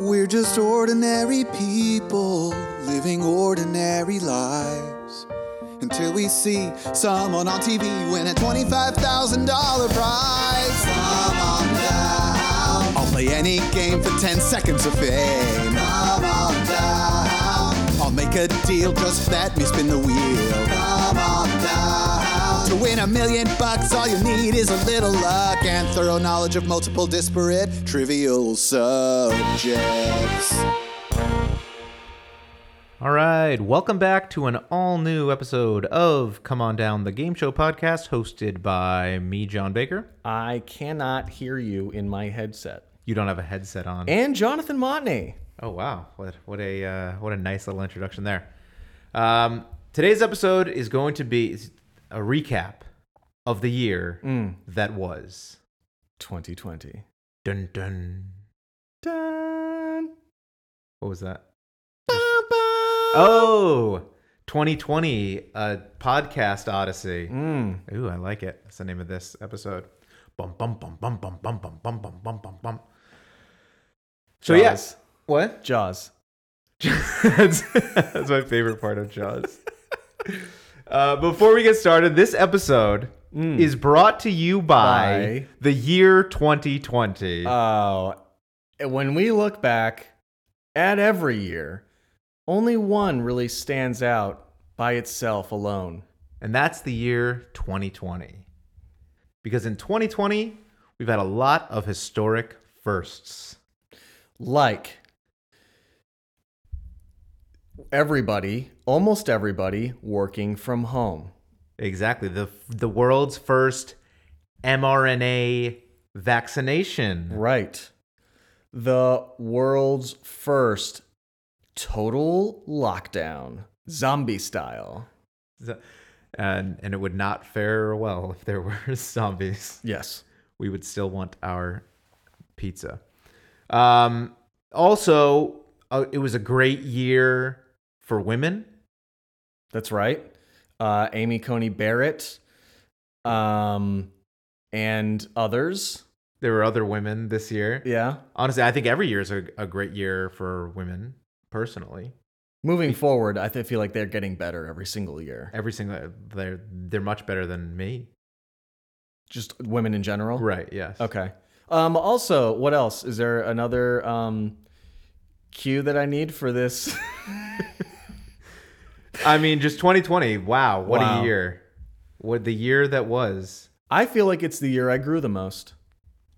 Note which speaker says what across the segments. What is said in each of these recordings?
Speaker 1: We're just ordinary people living ordinary lives until we see someone on TV win a $25,000 prize. Come on down. I'll play any game for 10 seconds of fame. Come on down. I'll make a deal, just let me spin the wheel. Come on down. To win a million bucks, all you need is a little luck and thorough knowledge of multiple disparate trivial subjects.
Speaker 2: All right, welcome back to an all new episode of Come On Down, the game show podcast hosted by me, John Baker.
Speaker 3: I cannot hear you in my headset.
Speaker 2: You don't have a headset on.
Speaker 3: And Jonathan Montney.
Speaker 2: Oh wow, what what a uh, what a nice little introduction there. Um, today's episode is going to be a recap of the year
Speaker 3: Mm,
Speaker 2: that was.
Speaker 3: 2020.
Speaker 2: Dun dun.
Speaker 3: Dun.
Speaker 2: What was that?
Speaker 3: Bum, bum.
Speaker 2: Oh, 2020, a podcast odyssey.
Speaker 3: Mm.
Speaker 2: Ooh, I like it. That's the name of this episode. Bum bum bum bum bum bum bum bum bum bum bum bum. So yes,
Speaker 3: Jaws.
Speaker 2: what?
Speaker 3: Jaws.
Speaker 2: that's, that's my favorite part of Jaws. Uh, before we get started, this episode is brought to you by,
Speaker 3: By-
Speaker 2: the year 2020.
Speaker 3: Oh, when we look back at every year, only one really stands out by itself alone.
Speaker 2: And that's the year 2020. Because in 2020, we've had a lot of historic firsts.
Speaker 3: Like everybody, almost everybody, working from home.
Speaker 2: Exactly. The the world's first mRNA vaccination.
Speaker 3: Right. The world's first total lockdown, zombie style.
Speaker 2: And and it would not fare well if there were zombies.
Speaker 3: Yes.
Speaker 2: We would still want our pizza. Um also uh, it was a great year for women.
Speaker 3: That's right. Uh, Amy Coney Barrett um, and others.
Speaker 2: There were other women this year.
Speaker 3: Yeah.
Speaker 2: Honestly, I think every year is a, a great year for women personally.
Speaker 3: Moving forward, I th- feel like they're getting better every single year.
Speaker 2: Every single they're they're much better than me.
Speaker 3: Just women in general.
Speaker 2: Right, yes.
Speaker 3: Okay. Um, also, what else? Is there another um, cue that I need for this?
Speaker 2: I mean, just 2020. Wow, what
Speaker 3: Wow.
Speaker 2: a year! What the year that was.
Speaker 3: I feel like it's the year I grew the most.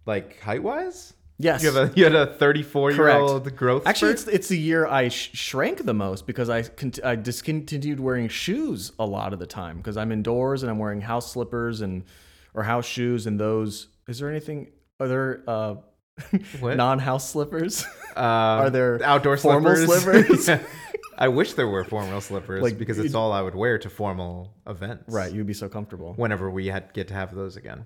Speaker 2: Like height wise,
Speaker 3: Yes.
Speaker 2: you have a you had a 34 year old growth.
Speaker 3: Actually, it's
Speaker 2: spurt?
Speaker 3: it's the year I sh- shrank the most because I con- I discontinued wearing shoes a lot of the time because I'm indoors and I'm wearing house slippers and or house shoes and those. Is there anything other uh,
Speaker 2: What?
Speaker 3: non-house slippers?
Speaker 2: Um, are
Speaker 3: there
Speaker 2: outdoor
Speaker 3: formal
Speaker 2: slippers?
Speaker 3: slippers?
Speaker 2: Yeah. I wish there were formal slippers
Speaker 3: Like,
Speaker 2: because it's all I would wear to formal events.
Speaker 3: right, you'd be so comfortable.
Speaker 2: Whenever we had, get to have those again.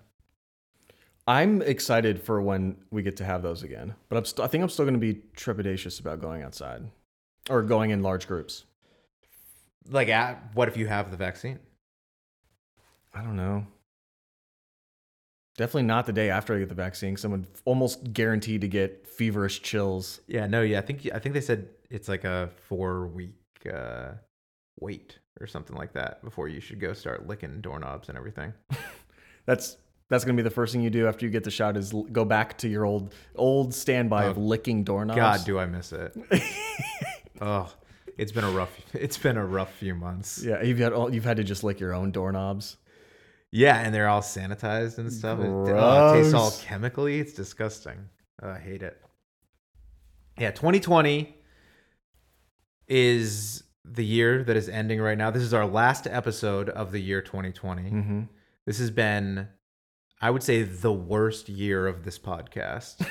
Speaker 3: I'm excited for when we get to have those again, but I'm st- I think I'm still going to be trepidatious about going outside or going in large groups.
Speaker 2: Like, at, what if you have the vaccine?
Speaker 3: I don't know. Definitely not the day after I get the vaccine. Cause I'm gonna- almost guaranteed to get feverish chills.
Speaker 2: Yeah, no, yeah. I think I think they said it's like a four week uh, wait or something like that before you should go start licking doorknobs and everything.
Speaker 3: That's that's gonna be the first thing you do after you get the shot is l- go back to your old old standby of licking doorknobs.
Speaker 2: God, do I miss it? oh, it's been a rough. It's been a rough few months. Yeah,
Speaker 3: Yeah, you've had all, you've had to just lick your own doorknobs.
Speaker 2: and they're all sanitized and stuff. It, oh, it tastes all
Speaker 3: Gross.
Speaker 2: chemically. It's disgusting. Oh, I hate it. Yeah, 2020 is the year that is ending right now. This is our last episode of the year 2020.
Speaker 3: Mm-hmm.
Speaker 2: This has been, I would say, the worst year of this podcast.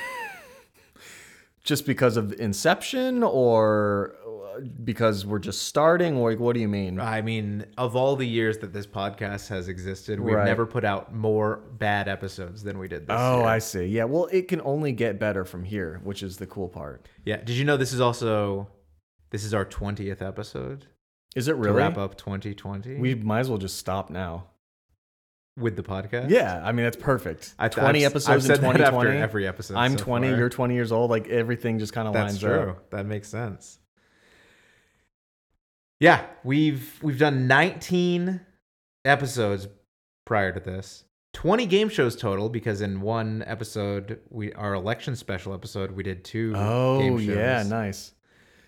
Speaker 3: Just because of inception, or uh, because we're just starting, or like, what do you mean?
Speaker 2: I mean, of all the years that this podcast has existed, we've
Speaker 3: Right.
Speaker 2: never put out more bad episodes than we did this
Speaker 3: Oh,
Speaker 2: year.
Speaker 3: I see. Yeah, well, it can only get better from here, which is the cool part.
Speaker 2: Yeah. Did you know this is also this is our 20th episode
Speaker 3: Is it
Speaker 2: to
Speaker 3: really?
Speaker 2: wrap up 2020?
Speaker 3: We might as well just stop now.
Speaker 2: with the podcast.
Speaker 3: Yeah, I mean that's perfect.
Speaker 2: I- I've-
Speaker 3: 20
Speaker 2: I've
Speaker 3: episodes
Speaker 2: said
Speaker 3: in
Speaker 2: that after
Speaker 3: 2020.
Speaker 2: every episode
Speaker 3: I'm
Speaker 2: so
Speaker 3: 20,
Speaker 2: far.
Speaker 3: you're 20 years old. Like everything just kind of
Speaker 2: That's
Speaker 3: lines
Speaker 2: true.
Speaker 3: up.
Speaker 2: That makes sense. Yeah, we've we've done 19 episodes prior to this. 20 game shows total because in one episode we our election special episode we did two Mhm. game
Speaker 3: Oh
Speaker 2: shows.
Speaker 3: yeah, nice.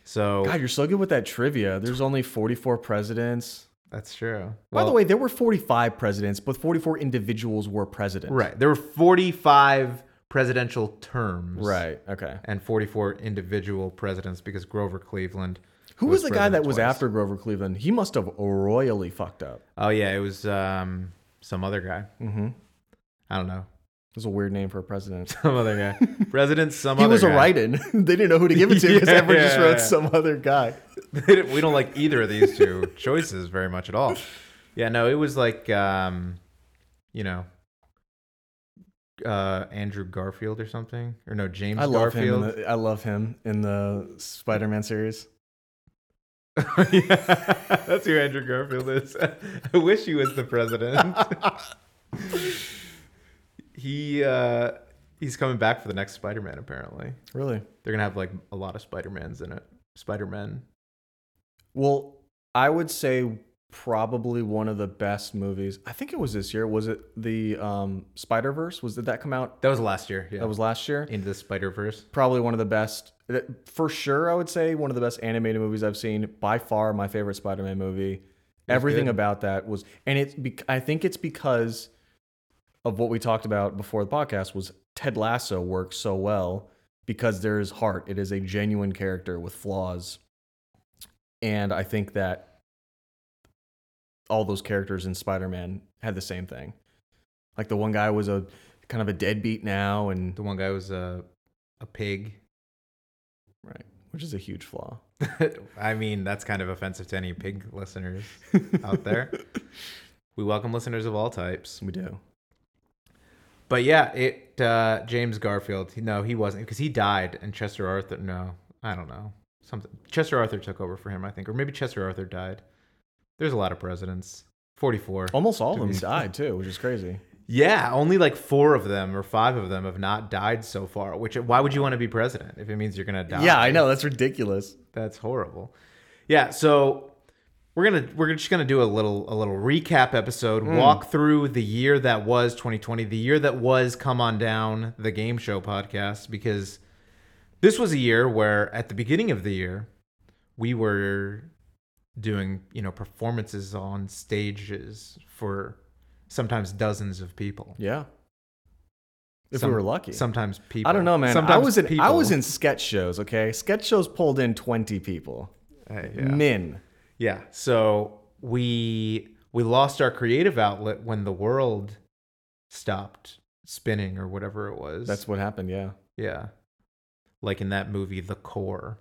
Speaker 2: So
Speaker 3: God, you're so good with that trivia. There's only 44 presidents.
Speaker 2: that's true.
Speaker 3: By the way, there were 45 presidents, but 44 individuals were president.
Speaker 2: right. There were 45 presidential terms.
Speaker 3: Right. Okay.
Speaker 2: And 44 individual presidents because Grover Cleveland
Speaker 3: Who was, the guy that
Speaker 2: president
Speaker 3: was
Speaker 2: twice.
Speaker 3: after Grover Cleveland? He must have royally fucked up.
Speaker 2: Oh yeah, it was um some other guy.
Speaker 3: Mm-hmm.
Speaker 2: I don't know.
Speaker 3: It was a weird name for a president.
Speaker 2: Some other guy. President some
Speaker 3: He
Speaker 2: other
Speaker 3: was a
Speaker 2: guy.
Speaker 3: write-in. they didn't know who to give it to because
Speaker 2: Yeah,
Speaker 3: everyone just
Speaker 2: yeah,
Speaker 3: wrote
Speaker 2: yeah.
Speaker 3: some other guy.
Speaker 2: we don't like either of these two choices very much at all. Yeah, no, it was like um you know uh Andrew Garfield or something. Or no, James
Speaker 3: I love
Speaker 2: Garfield.
Speaker 3: him. In the, I love him in the Spider-Man series.
Speaker 2: yeah, that's who Andrew Garfield is. I wish he was the president. he uh he's coming back for the next Spider-Man apparently.
Speaker 3: Really?
Speaker 2: They're going to have like a lot of Spider-Mans in it. Spider-Men.
Speaker 3: Well, I would say probably one of the best movies. I think it was this year. Was it the um, Spider Verse? Was did that come out?
Speaker 2: That was last year. Yeah.
Speaker 3: That was last year.
Speaker 2: into the Spider Verse.
Speaker 3: Probably one of the best. For sure, I would say one of the best animated movies I've seen. By far, my favorite Spider-Man movie. Everything
Speaker 2: good.
Speaker 3: about that was, and it's. Bec- I think it's because of what we talked about before the podcast was Ted Lasso works so well because there is heart. It is a genuine character with flaws. And I think that all those characters in Spider-Man had the same thing. Like the one guy was a kind of a deadbeat now and
Speaker 2: The one guy was a a pig.
Speaker 3: right, which is a huge flaw.
Speaker 2: I mean, that's kind of offensive to any pig listeners out there. we welcome listeners of all types.
Speaker 3: We do.
Speaker 2: But yeah, it uh, James Garfield. No, he wasn't because he died, and Chester Arthur. No, I don't know. Something Chester Arthur took over for him, I think, or maybe Chester Arthur died. There's a lot of presidents. Forty-four.
Speaker 3: Almost all of
Speaker 2: To
Speaker 3: them
Speaker 2: be-
Speaker 3: died too, which is crazy.
Speaker 2: Yeah, only like four of them or five of them have not died so far. Which why would you want to be president if it means you're gonna die?
Speaker 3: Ah, Yeah, I know that's ridiculous.
Speaker 2: That's horrible. Yeah, so we're gonna we're just gonna do a little a little recap episode,
Speaker 3: Hmm.
Speaker 2: walk through the year that was 2020, the year that was Come On Down, the game show podcast, because this was a year where at the beginning of the year we were doing you know performances on stages for sometimes dozens of people.
Speaker 3: Yeah, if
Speaker 2: Some-
Speaker 3: we were lucky.
Speaker 2: sometimes people.
Speaker 3: I don't know, man. I
Speaker 2: Sometimes
Speaker 3: was in I
Speaker 2: people.
Speaker 3: was in sketch shows. Okay, sketch shows pulled in twenty people.
Speaker 2: Hey, yeah.
Speaker 3: Min.
Speaker 2: Yeah. So we we lost our creative outlet when the world stopped spinning or whatever it was.
Speaker 3: That's what happened. Yeah.
Speaker 2: yeah. Like in that movie The Core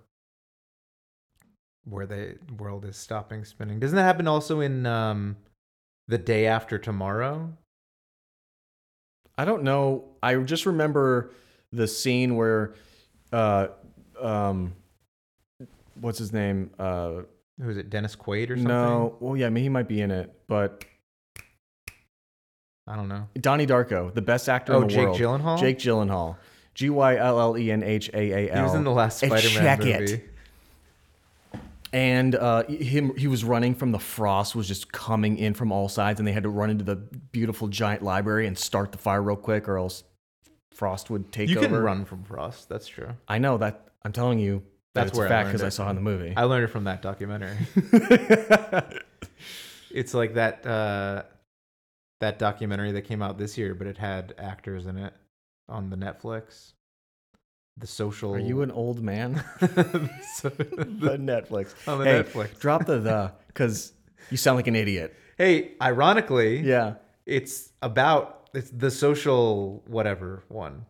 Speaker 2: where the world is stopping spinning. Doesn't that happen also in um The Day After Tomorrow?
Speaker 3: I don't know. I just remember the scene where, uh, um, what's his name? Uh,
Speaker 2: Who is it? Dennis Quaid or something?
Speaker 3: no. Well, yeah, I mean, he might be in it, but
Speaker 2: I don't know.
Speaker 3: Donnie Darko, the best actor
Speaker 2: Oh,
Speaker 3: in the
Speaker 2: Jake
Speaker 3: world.
Speaker 2: Gyllenhaal?
Speaker 3: Jake Gyllenhaal. G y l l e n h a a l.
Speaker 2: He was in the last
Speaker 3: And
Speaker 2: Spider-Man
Speaker 3: check it.
Speaker 2: movie.
Speaker 3: and uh, him he was running from the frost was just coming in from all sides and they had to run into the beautiful giant library and start the fire real quick or else frost would take
Speaker 2: You
Speaker 3: over
Speaker 2: can run from Frost. That's true.
Speaker 3: i know that i'm telling you that
Speaker 2: That's
Speaker 3: it's
Speaker 2: where I
Speaker 3: a fact
Speaker 2: learned
Speaker 3: because i
Speaker 2: it.
Speaker 3: saw it in the movie
Speaker 2: I learned it from that documentary. it's like that uh that documentary that came out this year, but it had actors in it on the Netflix. The social.
Speaker 3: are you an old man
Speaker 2: So-
Speaker 3: the netflix
Speaker 2: On the
Speaker 3: hey,
Speaker 2: Netflix.
Speaker 3: drop the the because you sound like an idiot
Speaker 2: hey, ironically,
Speaker 3: yeah
Speaker 2: it's about it's the social whatever one,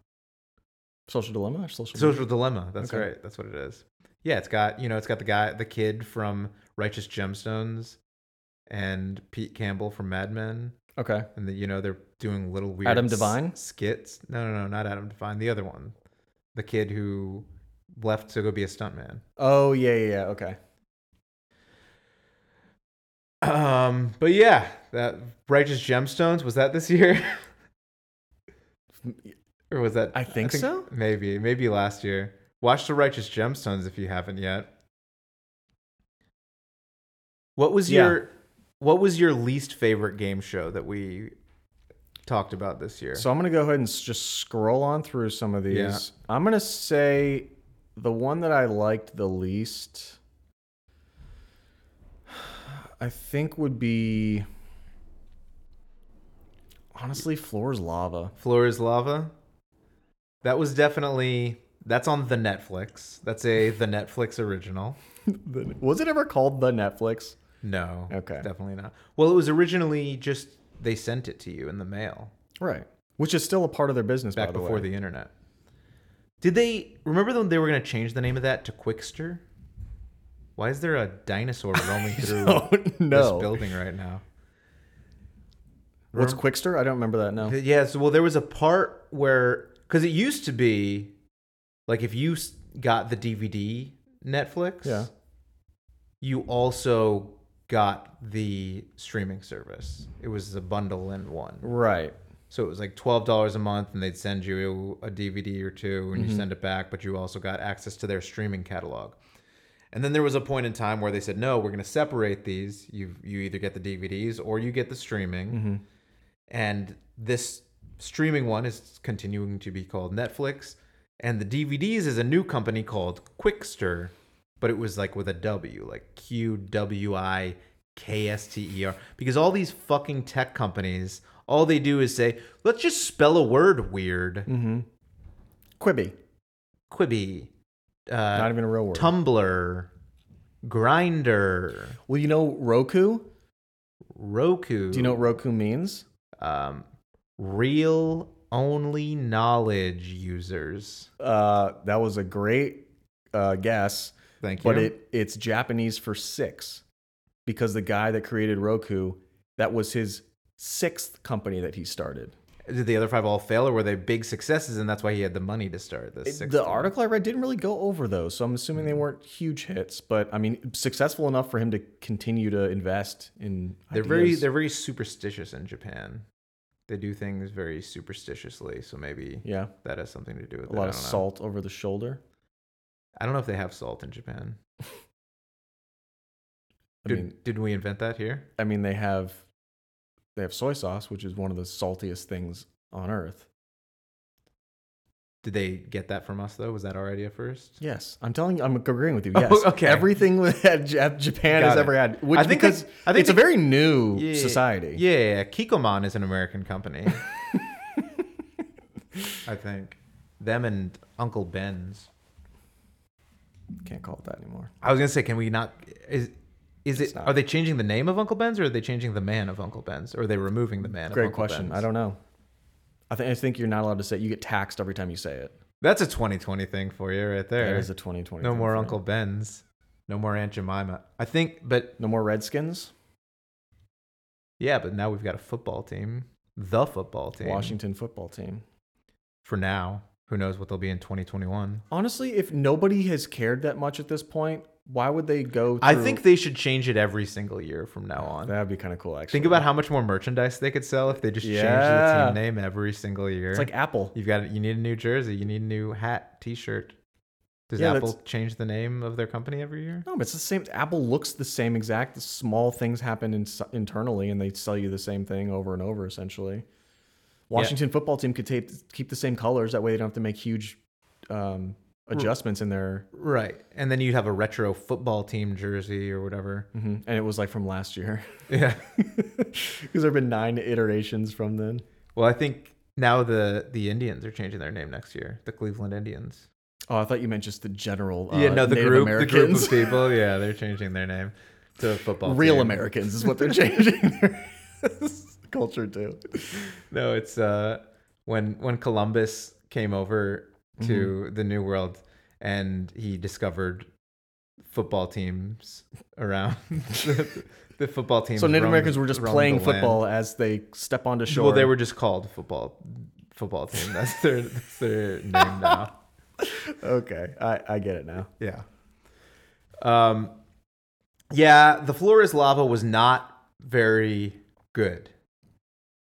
Speaker 3: social dilemma or social
Speaker 2: social dilemma. That's
Speaker 3: Mm-hmm. Okay.
Speaker 2: right. That's what it is. Yeah, it's got you know it's got the guy the kid from Righteous Gemstones, and Pete Campbell from Mad Men.
Speaker 3: okay
Speaker 2: and the, you know they're doing little weird
Speaker 3: Adam
Speaker 2: s-
Speaker 3: Devine?
Speaker 2: skits. No, no, no, not Adam Devine. The other one, the kid who left to go be a stuntman.
Speaker 3: oh yeah yeah, yeah okay
Speaker 2: Um, but yeah, that Righteous Gemstones was that this year, or was that?
Speaker 3: I think so.
Speaker 2: Maybe, maybe last year. Watch the Righteous Gemstones if you haven't yet. What was
Speaker 3: Yeah.
Speaker 2: your What was your least favorite game show that we talked about this year?
Speaker 3: So I'm gonna go ahead and s- just scroll on through some of these.
Speaker 2: Yeah.
Speaker 3: I'm gonna say the one that I liked the least, I think would be honestly Floor's Lava.
Speaker 2: Floor is Lava. That was definitely that's on the Netflix. That's a the Netflix original.
Speaker 3: The- Was it ever called the Netflix?
Speaker 2: No.
Speaker 3: Okay.
Speaker 2: Definitely not. Well, it was originally just they sent it to you in the mail
Speaker 3: Right. Which is still a part of their business
Speaker 2: back
Speaker 3: by the
Speaker 2: before
Speaker 3: way.
Speaker 2: the internet. Did they remember when they were going to change the name of that to Quickster? Why is there a dinosaur roaming through
Speaker 3: don't
Speaker 2: this
Speaker 3: know.
Speaker 2: building right now?
Speaker 3: What's Quickster? I don't remember that now.
Speaker 2: Th- Yeah, so well, there was a part where because it used to be like if you s- got the DVD Netflix,
Speaker 3: Yeah.
Speaker 2: you also got the streaming service. It was a bundle in one,
Speaker 3: Right.
Speaker 2: so it was like twelve dollars a month, and they'd send you a DVD or two, and you send it back, but you also got access to their streaming catalog. And then there was a point in time where they said, "No, we're going to separate these. You you either get the DVDs or you get the streaming." And this streaming one is continuing to be called Netflix, and the DVDs is a new company called Quickster, but it was like with a W, like Q W I K S T E R, because all these fucking tech companies, all they do is say, "Let's just spell a word weird."
Speaker 3: Mm-hmm. Quibi.
Speaker 2: Quibi,
Speaker 3: Not
Speaker 2: uh,
Speaker 3: even a real word.
Speaker 2: Tumblr, Grinder.
Speaker 3: well, you know Roku?
Speaker 2: Roku.
Speaker 3: Do you know what Roku means?
Speaker 2: um, real only knowledge users?
Speaker 3: Uh, that was a great uh, guess,
Speaker 2: Thank you.
Speaker 3: but it it's Japanese for six, because the guy that created Roku, that was his sixth company that he started.
Speaker 2: did the other five all fail, or were they big successes, and that's why he had the money to start this?
Speaker 3: It-
Speaker 2: sixth
Speaker 3: the
Speaker 2: one? Mm.
Speaker 3: article I read didn't really go over those, so I'm assuming they weren't huge hits, but I mean successful enough for him to continue to invest in.
Speaker 2: They're very
Speaker 3: ideas.
Speaker 2: they're very superstitious in Japan. They do things very superstitiously, so maybe
Speaker 3: yeah,
Speaker 2: that has something to do with
Speaker 3: a
Speaker 2: it. I
Speaker 3: lot of
Speaker 2: don't know.
Speaker 3: salt over the shoulder.
Speaker 2: I don't know if they have salt in Japan.
Speaker 3: I
Speaker 2: Did,
Speaker 3: mean,
Speaker 2: did we invent that here?
Speaker 3: I mean they have they have soy sauce, which is one of the saltiest things on earth.
Speaker 2: Did they get that from us though? Was that our idea first?
Speaker 3: Yes, I'm telling you, I'm agreeing with you.
Speaker 2: Oh,
Speaker 3: Yes,
Speaker 2: okay.
Speaker 3: Everything that Ja- Japan has
Speaker 2: Got it.
Speaker 3: ever had, which
Speaker 2: I think
Speaker 3: because
Speaker 2: they- I think
Speaker 3: it's a
Speaker 2: they-
Speaker 3: very new
Speaker 2: Yeah,
Speaker 3: society.
Speaker 2: Yeah, yeah, yeah. Kikoman is an American company. I think them and Uncle Ben's.
Speaker 3: can't call it that anymore.
Speaker 2: I was gonna say, can we not? Is is
Speaker 3: It's
Speaker 2: it?
Speaker 3: not.
Speaker 2: Are they changing the name of Uncle Ben's, or are they changing the man of Uncle Ben's, or are they removing the man? of
Speaker 3: Great
Speaker 2: Uncle
Speaker 3: question.
Speaker 2: Ben's?
Speaker 3: I don't know. I think I think you're not allowed to say. You get taxed every time you say it.
Speaker 2: That's a 2020 thing for you, right there.
Speaker 3: That is a 2020.
Speaker 2: no
Speaker 3: thing
Speaker 2: more
Speaker 3: for me.
Speaker 2: Uncle Ben's. No more Aunt Jemima. I think, but
Speaker 3: No more Redskins.
Speaker 2: yeah, but now we've got a football team, the football team.
Speaker 3: Washington football team.
Speaker 2: For now, who knows what they'll be in 2021?
Speaker 3: Honestly, if nobody has cared that much at this point, why would they go? Through,
Speaker 2: I think they should change it every single year from now on.
Speaker 3: that'd be kind of cool. Actually,
Speaker 2: Think about how much more merchandise they could sell if they just
Speaker 3: Yeah.
Speaker 2: changed the team name every single year.
Speaker 3: it's like Apple.
Speaker 2: You've got you need a new jersey, you need a new hat, t-shirt. Does
Speaker 3: Yeah,
Speaker 2: Apple change the name of their company every year?
Speaker 3: No, but it's the same. Apple looks the same exact. The small things happen in, internally, and they sell you the same thing over and over. Essentially, Washington football team could tape, keep the same colors. That way, they don't have to make huge um, adjustments in their.
Speaker 2: Right. And then you'd have a retro football team jersey or whatever.
Speaker 3: Mhm. And it was like from last year,
Speaker 2: Yeah.
Speaker 3: because there have been nine iterations from then.
Speaker 2: well, I think now the the Indians are changing their name next year. The Cleveland Indians.
Speaker 3: Oh, I thought you meant just the general. Uh,
Speaker 2: yeah, no, the
Speaker 3: Native
Speaker 2: group,
Speaker 3: Americans.
Speaker 2: the group of people. Yeah, they're changing their name to a football
Speaker 3: Real
Speaker 2: team.
Speaker 3: Americans is what they're changing their culture to.
Speaker 2: No, it's uh when when Columbus came over to
Speaker 3: Mm-hmm.
Speaker 2: the New World and he discovered football teams around the, the football teams.
Speaker 3: So Native
Speaker 2: roamed-
Speaker 3: Americans were just
Speaker 2: roamed
Speaker 3: playing
Speaker 2: the land.
Speaker 3: football as they step onto shore.
Speaker 2: Well, they were just called football football team. That's their that's their name now.
Speaker 3: okay. I, I get it now.
Speaker 2: Yeah. Um Yeah, the floor is lava was not very good.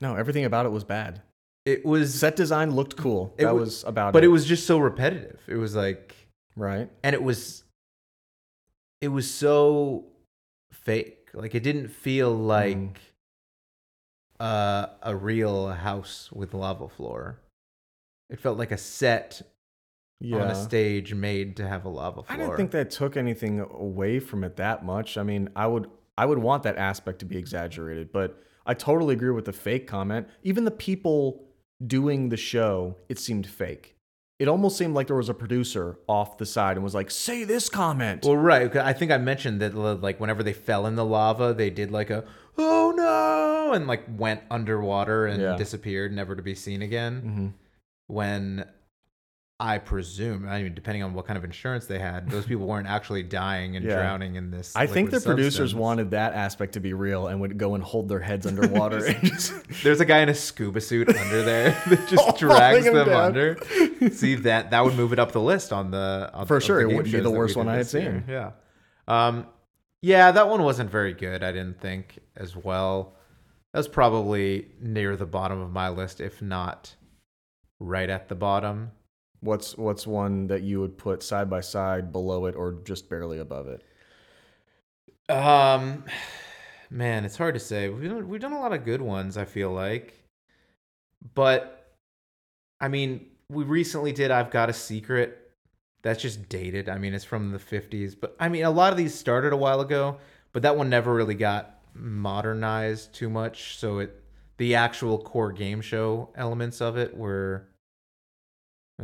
Speaker 3: No, everything about it was bad.
Speaker 2: It was,
Speaker 3: Set design looked cool.
Speaker 2: It
Speaker 3: that
Speaker 2: wa-
Speaker 3: was about
Speaker 2: but
Speaker 3: it.
Speaker 2: it was just so repetitive. It was like,
Speaker 3: right.
Speaker 2: and it was, it was so fake. Like it didn't feel like
Speaker 3: Mm.
Speaker 2: uh, a real house with lava floor. It felt like a set on a stage made to have a lava floor.
Speaker 3: I didn't think that took anything away from it that much. I mean, I would I would want that aspect to be exaggerated, but I totally agree with the fake comment. Even the people doing the show, it seemed fake. It almost seemed like there was a producer off the side and was like, "Say this comment."
Speaker 2: Well, right. 'cause I think I mentioned that, li- like, whenever they fell in the lava, they did like a "oh no" and like went underwater and
Speaker 3: Yeah.
Speaker 2: disappeared, never to be seen again.
Speaker 3: hmm
Speaker 2: When I presume, I mean, depending on what kind of insurance they had, those people weren't actually dying and
Speaker 3: Yeah.
Speaker 2: drowning in this.
Speaker 3: I think the
Speaker 2: liquid
Speaker 3: producers
Speaker 2: substance.
Speaker 3: wanted that aspect to be real and would go and hold their heads underwater and just
Speaker 2: There's a guy in a scuba suit under there that just
Speaker 3: Hauling
Speaker 2: drags
Speaker 3: him
Speaker 2: them
Speaker 3: down.
Speaker 2: under. See that that would move it up the list on the on,
Speaker 3: For
Speaker 2: of
Speaker 3: sure,
Speaker 2: the
Speaker 3: it
Speaker 2: game
Speaker 3: wouldn't be
Speaker 2: shows
Speaker 3: the
Speaker 2: that we
Speaker 3: worst
Speaker 2: did
Speaker 3: one I had
Speaker 2: this year. Yeah, um, yeah, that one wasn't very good. I didn't think as well. That was probably near the bottom of my list, if not right at the bottom.
Speaker 3: What's what's one that you would put side by side below it or just barely above it?
Speaker 2: Um, man, it's hard to say. We've done, we've done a lot of good ones. I feel like, but I mean, we recently did. I've got a secret. That's just dated. I mean, it's from the fifties. But I mean, a lot of these started a while ago. But that one never really got modernized too much. So it, the actual core game show elements of it were,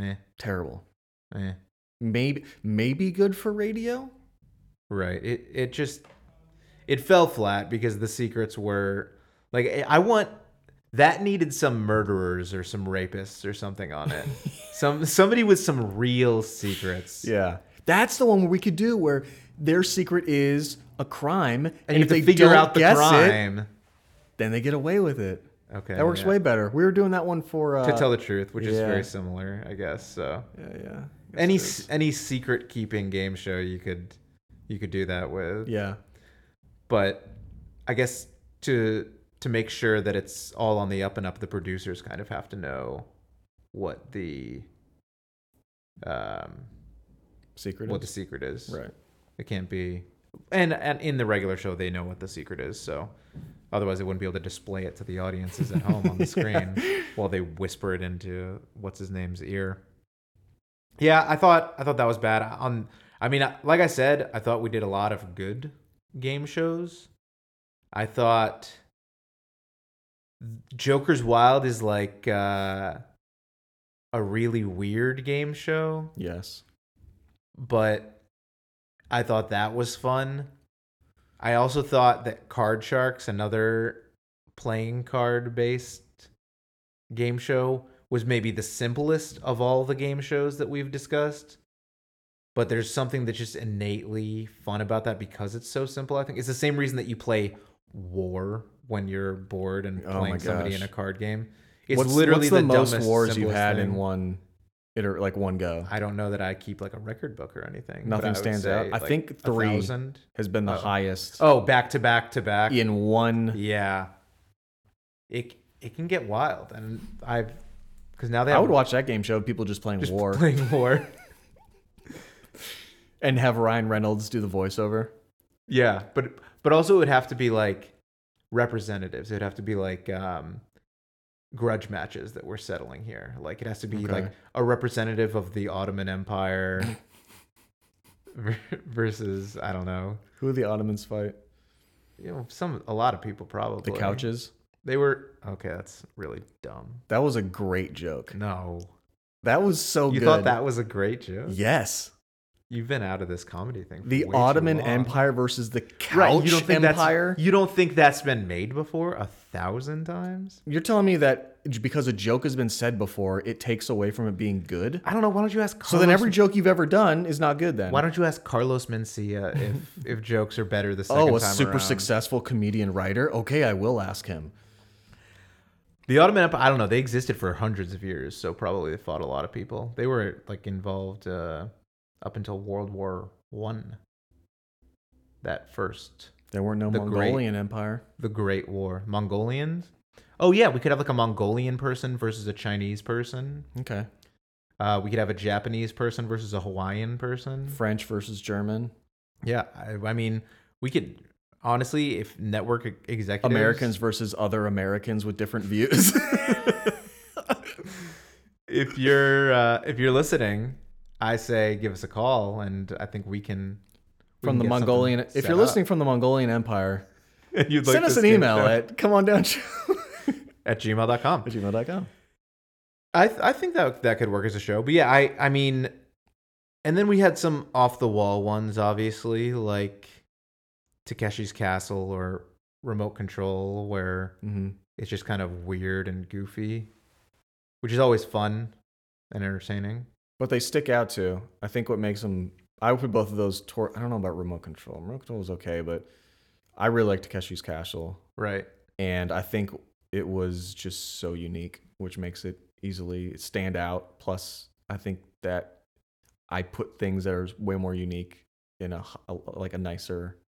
Speaker 2: eh,
Speaker 3: Terrible.
Speaker 2: eh.
Speaker 3: Maybe maybe good for radio?
Speaker 2: Right. It it just it fell flat because the secrets were like I- I want that needed some murderers or some rapists or something on it. some somebody with some real secrets.
Speaker 3: Yeah. That's the one where we could do where their secret is a crime and,
Speaker 2: And, you
Speaker 3: if
Speaker 2: have
Speaker 3: they
Speaker 2: to figure
Speaker 3: don't
Speaker 2: out the
Speaker 3: guess it,
Speaker 2: crime.
Speaker 3: then they get away with it.
Speaker 2: Okay.
Speaker 3: that works
Speaker 2: yeah.
Speaker 3: way better. We were doing that one for uh
Speaker 2: to tell the truth, which is
Speaker 3: yeah.
Speaker 2: very similar, I guess. So
Speaker 3: Yeah, yeah.
Speaker 2: any s any secret keeping game show you could you could do that with.
Speaker 3: Yeah.
Speaker 2: but I guess to to make sure that it's all on the up and up, the producers kind of have to know what the um
Speaker 3: Secret.
Speaker 2: what the
Speaker 3: is-
Speaker 2: secret is.
Speaker 3: right.
Speaker 2: It can't be, and and in the regular show they know what the secret is, so otherwise they wouldn't be able to display it to the audiences at home on the screen while they whisper it into what's his name's ear. Yeah, I thought I thought that was bad. On I mean, I- like I said, I thought we did a lot of good game shows. I thought Joker's Wild is like uh, a really weird game show
Speaker 3: Yes.
Speaker 2: but I thought that was fun. I also thought that Card Sharks, another playing card based game show, was maybe the simplest of all the game shows that we've discussed. But there's something that's just innately fun about that because it's so simple. I think it's the same reason that you play War when you're bored and
Speaker 3: Oh my
Speaker 2: playing somebody in a
Speaker 3: gosh.
Speaker 2: card game. It's
Speaker 3: what's,
Speaker 2: literally
Speaker 3: what's the, most
Speaker 2: dumbest,
Speaker 3: wars you
Speaker 2: simplest
Speaker 3: had in
Speaker 2: thing.
Speaker 3: one iter like one go?
Speaker 2: I don't know that I keep like a record book or anything. but
Speaker 3: Nothing
Speaker 2: I would
Speaker 3: stands
Speaker 2: say,
Speaker 3: out. I
Speaker 2: like,
Speaker 3: think
Speaker 2: a
Speaker 3: three.
Speaker 2: thousand.
Speaker 3: has been the
Speaker 2: Oh.
Speaker 3: highest
Speaker 2: Oh, back to back to back.
Speaker 3: in one.
Speaker 2: Yeah. It it can get wild, and I've because now they
Speaker 3: I
Speaker 2: have
Speaker 3: would watch that game show of people just playing
Speaker 2: just
Speaker 3: war
Speaker 2: playing war.
Speaker 3: and have Ryan Reynolds do the voiceover.
Speaker 2: yeah, but but also it would have to be like representatives. It would have to be like um, grudge matches that we're settling here. Like it has to be
Speaker 3: Okay.
Speaker 2: like a representative of the Ottoman Empire versus I don't know.
Speaker 3: Who do the Ottomans fight?
Speaker 2: You know, some a lot of people probably
Speaker 3: The couches.
Speaker 2: They were okay. That's really dumb.
Speaker 3: That was a great joke.
Speaker 2: No,
Speaker 3: That was so
Speaker 2: you
Speaker 3: good.
Speaker 2: thought that was a great joke.
Speaker 3: Yes.
Speaker 2: You've been out of this comedy thing. For
Speaker 3: The
Speaker 2: way too
Speaker 3: Ottoman
Speaker 2: long.
Speaker 3: Empire versus the couch
Speaker 2: Right, you don't think
Speaker 3: empire.
Speaker 2: That's, you don't think that's been made before a thousand times?
Speaker 3: You're telling me that j- because a joke has been said before, it takes away from it being good?
Speaker 2: I don't know. Why don't you ask? Carlos,
Speaker 3: So then every joke you've ever done is not good then.
Speaker 2: Why don't you ask Carlos Mencia if if jokes are better the second
Speaker 3: Oh, a
Speaker 2: time
Speaker 3: super
Speaker 2: around?
Speaker 3: successful comedian writer? Okay, I will ask him.
Speaker 2: The Ottoman Empire. I don't know. They existed for hundreds of years, so probably they fought a lot of people. They were like involved uh, up until World War One. that first
Speaker 3: There were no
Speaker 2: The
Speaker 3: Mongolian
Speaker 2: Great-
Speaker 3: Empire.
Speaker 2: the Great War. Mongolians? Oh yeah, we could have like a Mongolian person versus a Chinese person.
Speaker 3: Okay.
Speaker 2: Uh, we could have a Japanese person versus a Hawaiian person.
Speaker 3: French versus German.
Speaker 2: Yeah, I, I mean, we could honestly, if network e- executives,
Speaker 3: Americans versus other Americans with different views.
Speaker 2: if you're uh, if you're listening, I say give us a call, and I think we can we
Speaker 3: from
Speaker 2: can
Speaker 3: the
Speaker 2: get something
Speaker 3: Mongolian. If
Speaker 2: set
Speaker 3: you're
Speaker 2: up.
Speaker 3: listening from the Mongolian Empire,
Speaker 2: And you'd
Speaker 3: send
Speaker 2: like
Speaker 3: us
Speaker 2: this
Speaker 3: an
Speaker 2: game
Speaker 3: email
Speaker 2: show
Speaker 3: at come on down
Speaker 2: at gmail.com.
Speaker 3: gmail.com.
Speaker 2: I th- I think that that could work as a show. But yeah, I I mean, and then we had some off the wall ones, obviously, like Takeshi's Castle or Remote Control, where
Speaker 3: Mm-hmm.
Speaker 2: it's just kind of weird and goofy, which is always fun and entertaining.
Speaker 3: But they stick out too. I think what makes them. I would put both of those. Tor- I don't know about remote control. Remote control was okay, but I really like Takeshi's Castle,
Speaker 2: Right.
Speaker 3: and I think it was just so unique, which makes it easily stand out. Plus, I think that I put things that are way more unique in a, h- a- like a nicer,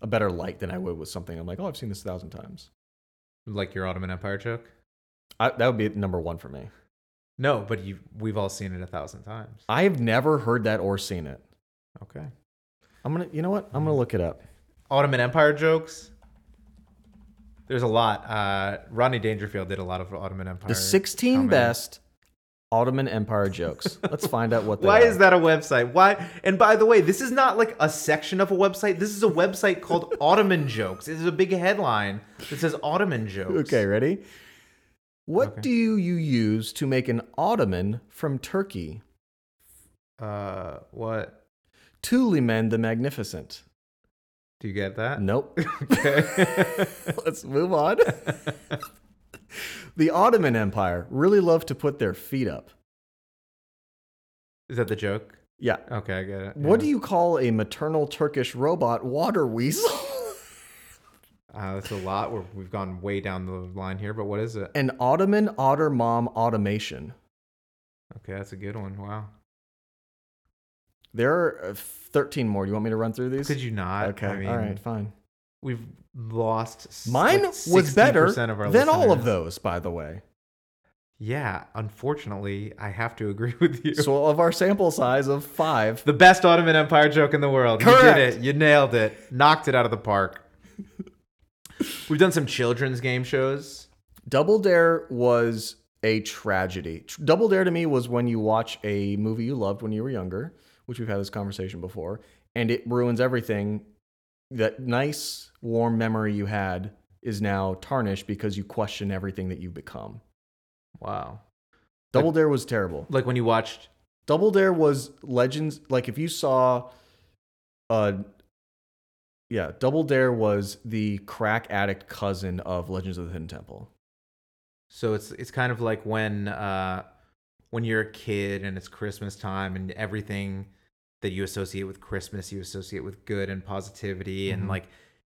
Speaker 3: a better light than I would with something. I'm like, oh, I've seen this a thousand times.
Speaker 2: Like your Ottoman Empire joke?
Speaker 3: I, that would be number one for me.
Speaker 2: No, but you we've all seen it a thousand times.
Speaker 3: I've never heard that or seen it.
Speaker 2: Okay.
Speaker 3: I'm gonna. You know what? I'm gonna look it up.
Speaker 2: Ottoman Empire jokes. There's a lot. Uh, Rodney Dangerfield did a lot of Ottoman Empire.
Speaker 3: The 16
Speaker 2: comedy.
Speaker 3: best Ottoman Empire jokes. Let's find out what they
Speaker 2: Why
Speaker 3: are.
Speaker 2: is that a website? Why? And by the way, this is not like a section of a website. This is a website called Ottoman Jokes. It is a big headline that says Ottoman Jokes.
Speaker 3: Okay, ready? What
Speaker 2: Okay.
Speaker 3: do you use to make an Ottoman from Turkey?
Speaker 2: Uh, what?
Speaker 3: Tuleman the Magnificent.
Speaker 2: Do you get that?
Speaker 3: Nope.
Speaker 2: Okay.
Speaker 3: Let's move on. the Ottoman Empire really loved to put their feet up.
Speaker 2: is that the joke?
Speaker 3: Yeah.
Speaker 2: Okay, I get it.
Speaker 3: What do you call a maternal Turkish robot water weasel?
Speaker 2: Uh, that's a lot. We're, we've gone way down the line here, but what is it?
Speaker 3: an Ottoman otter mom automation.
Speaker 2: Okay, that's a good one. Wow.
Speaker 3: There are uh, 13 more. Do you want me to run through these?
Speaker 2: Could you not?
Speaker 3: Okay.
Speaker 2: I mean,
Speaker 3: all right. Fine.
Speaker 2: we've lost. s-
Speaker 3: Mine
Speaker 2: like
Speaker 3: was better
Speaker 2: 60% of our
Speaker 3: than all of
Speaker 2: listeners.
Speaker 3: those, by the way.
Speaker 2: Yeah, unfortunately, I have to agree with you.
Speaker 3: So of our sample size of five,
Speaker 2: The best Ottoman Empire joke in the world. You
Speaker 3: Correct.
Speaker 2: did it. You nailed it. Knocked it out of the park. We've done some children's game shows.
Speaker 3: Double Dare was a tragedy. Tr- Double Dare to me was when you watch a movie you loved when you were younger, which we've had this conversation before, and it ruins everything. That nice, warm memory you had is now tarnished because you question everything that you've become.
Speaker 2: Wow.
Speaker 3: Double Dare was terrible.
Speaker 2: Like when you watched.
Speaker 3: Double Dare was legends. Like if you saw, uh, yeah, Double Dare was the crack addict cousin of Legends of the Hidden Temple.
Speaker 2: So it's it's kind of like when uh, when you're a kid and it's Christmas time and everything that you associate with Christmas, you associate with good and positivity and
Speaker 3: Mhm.
Speaker 2: like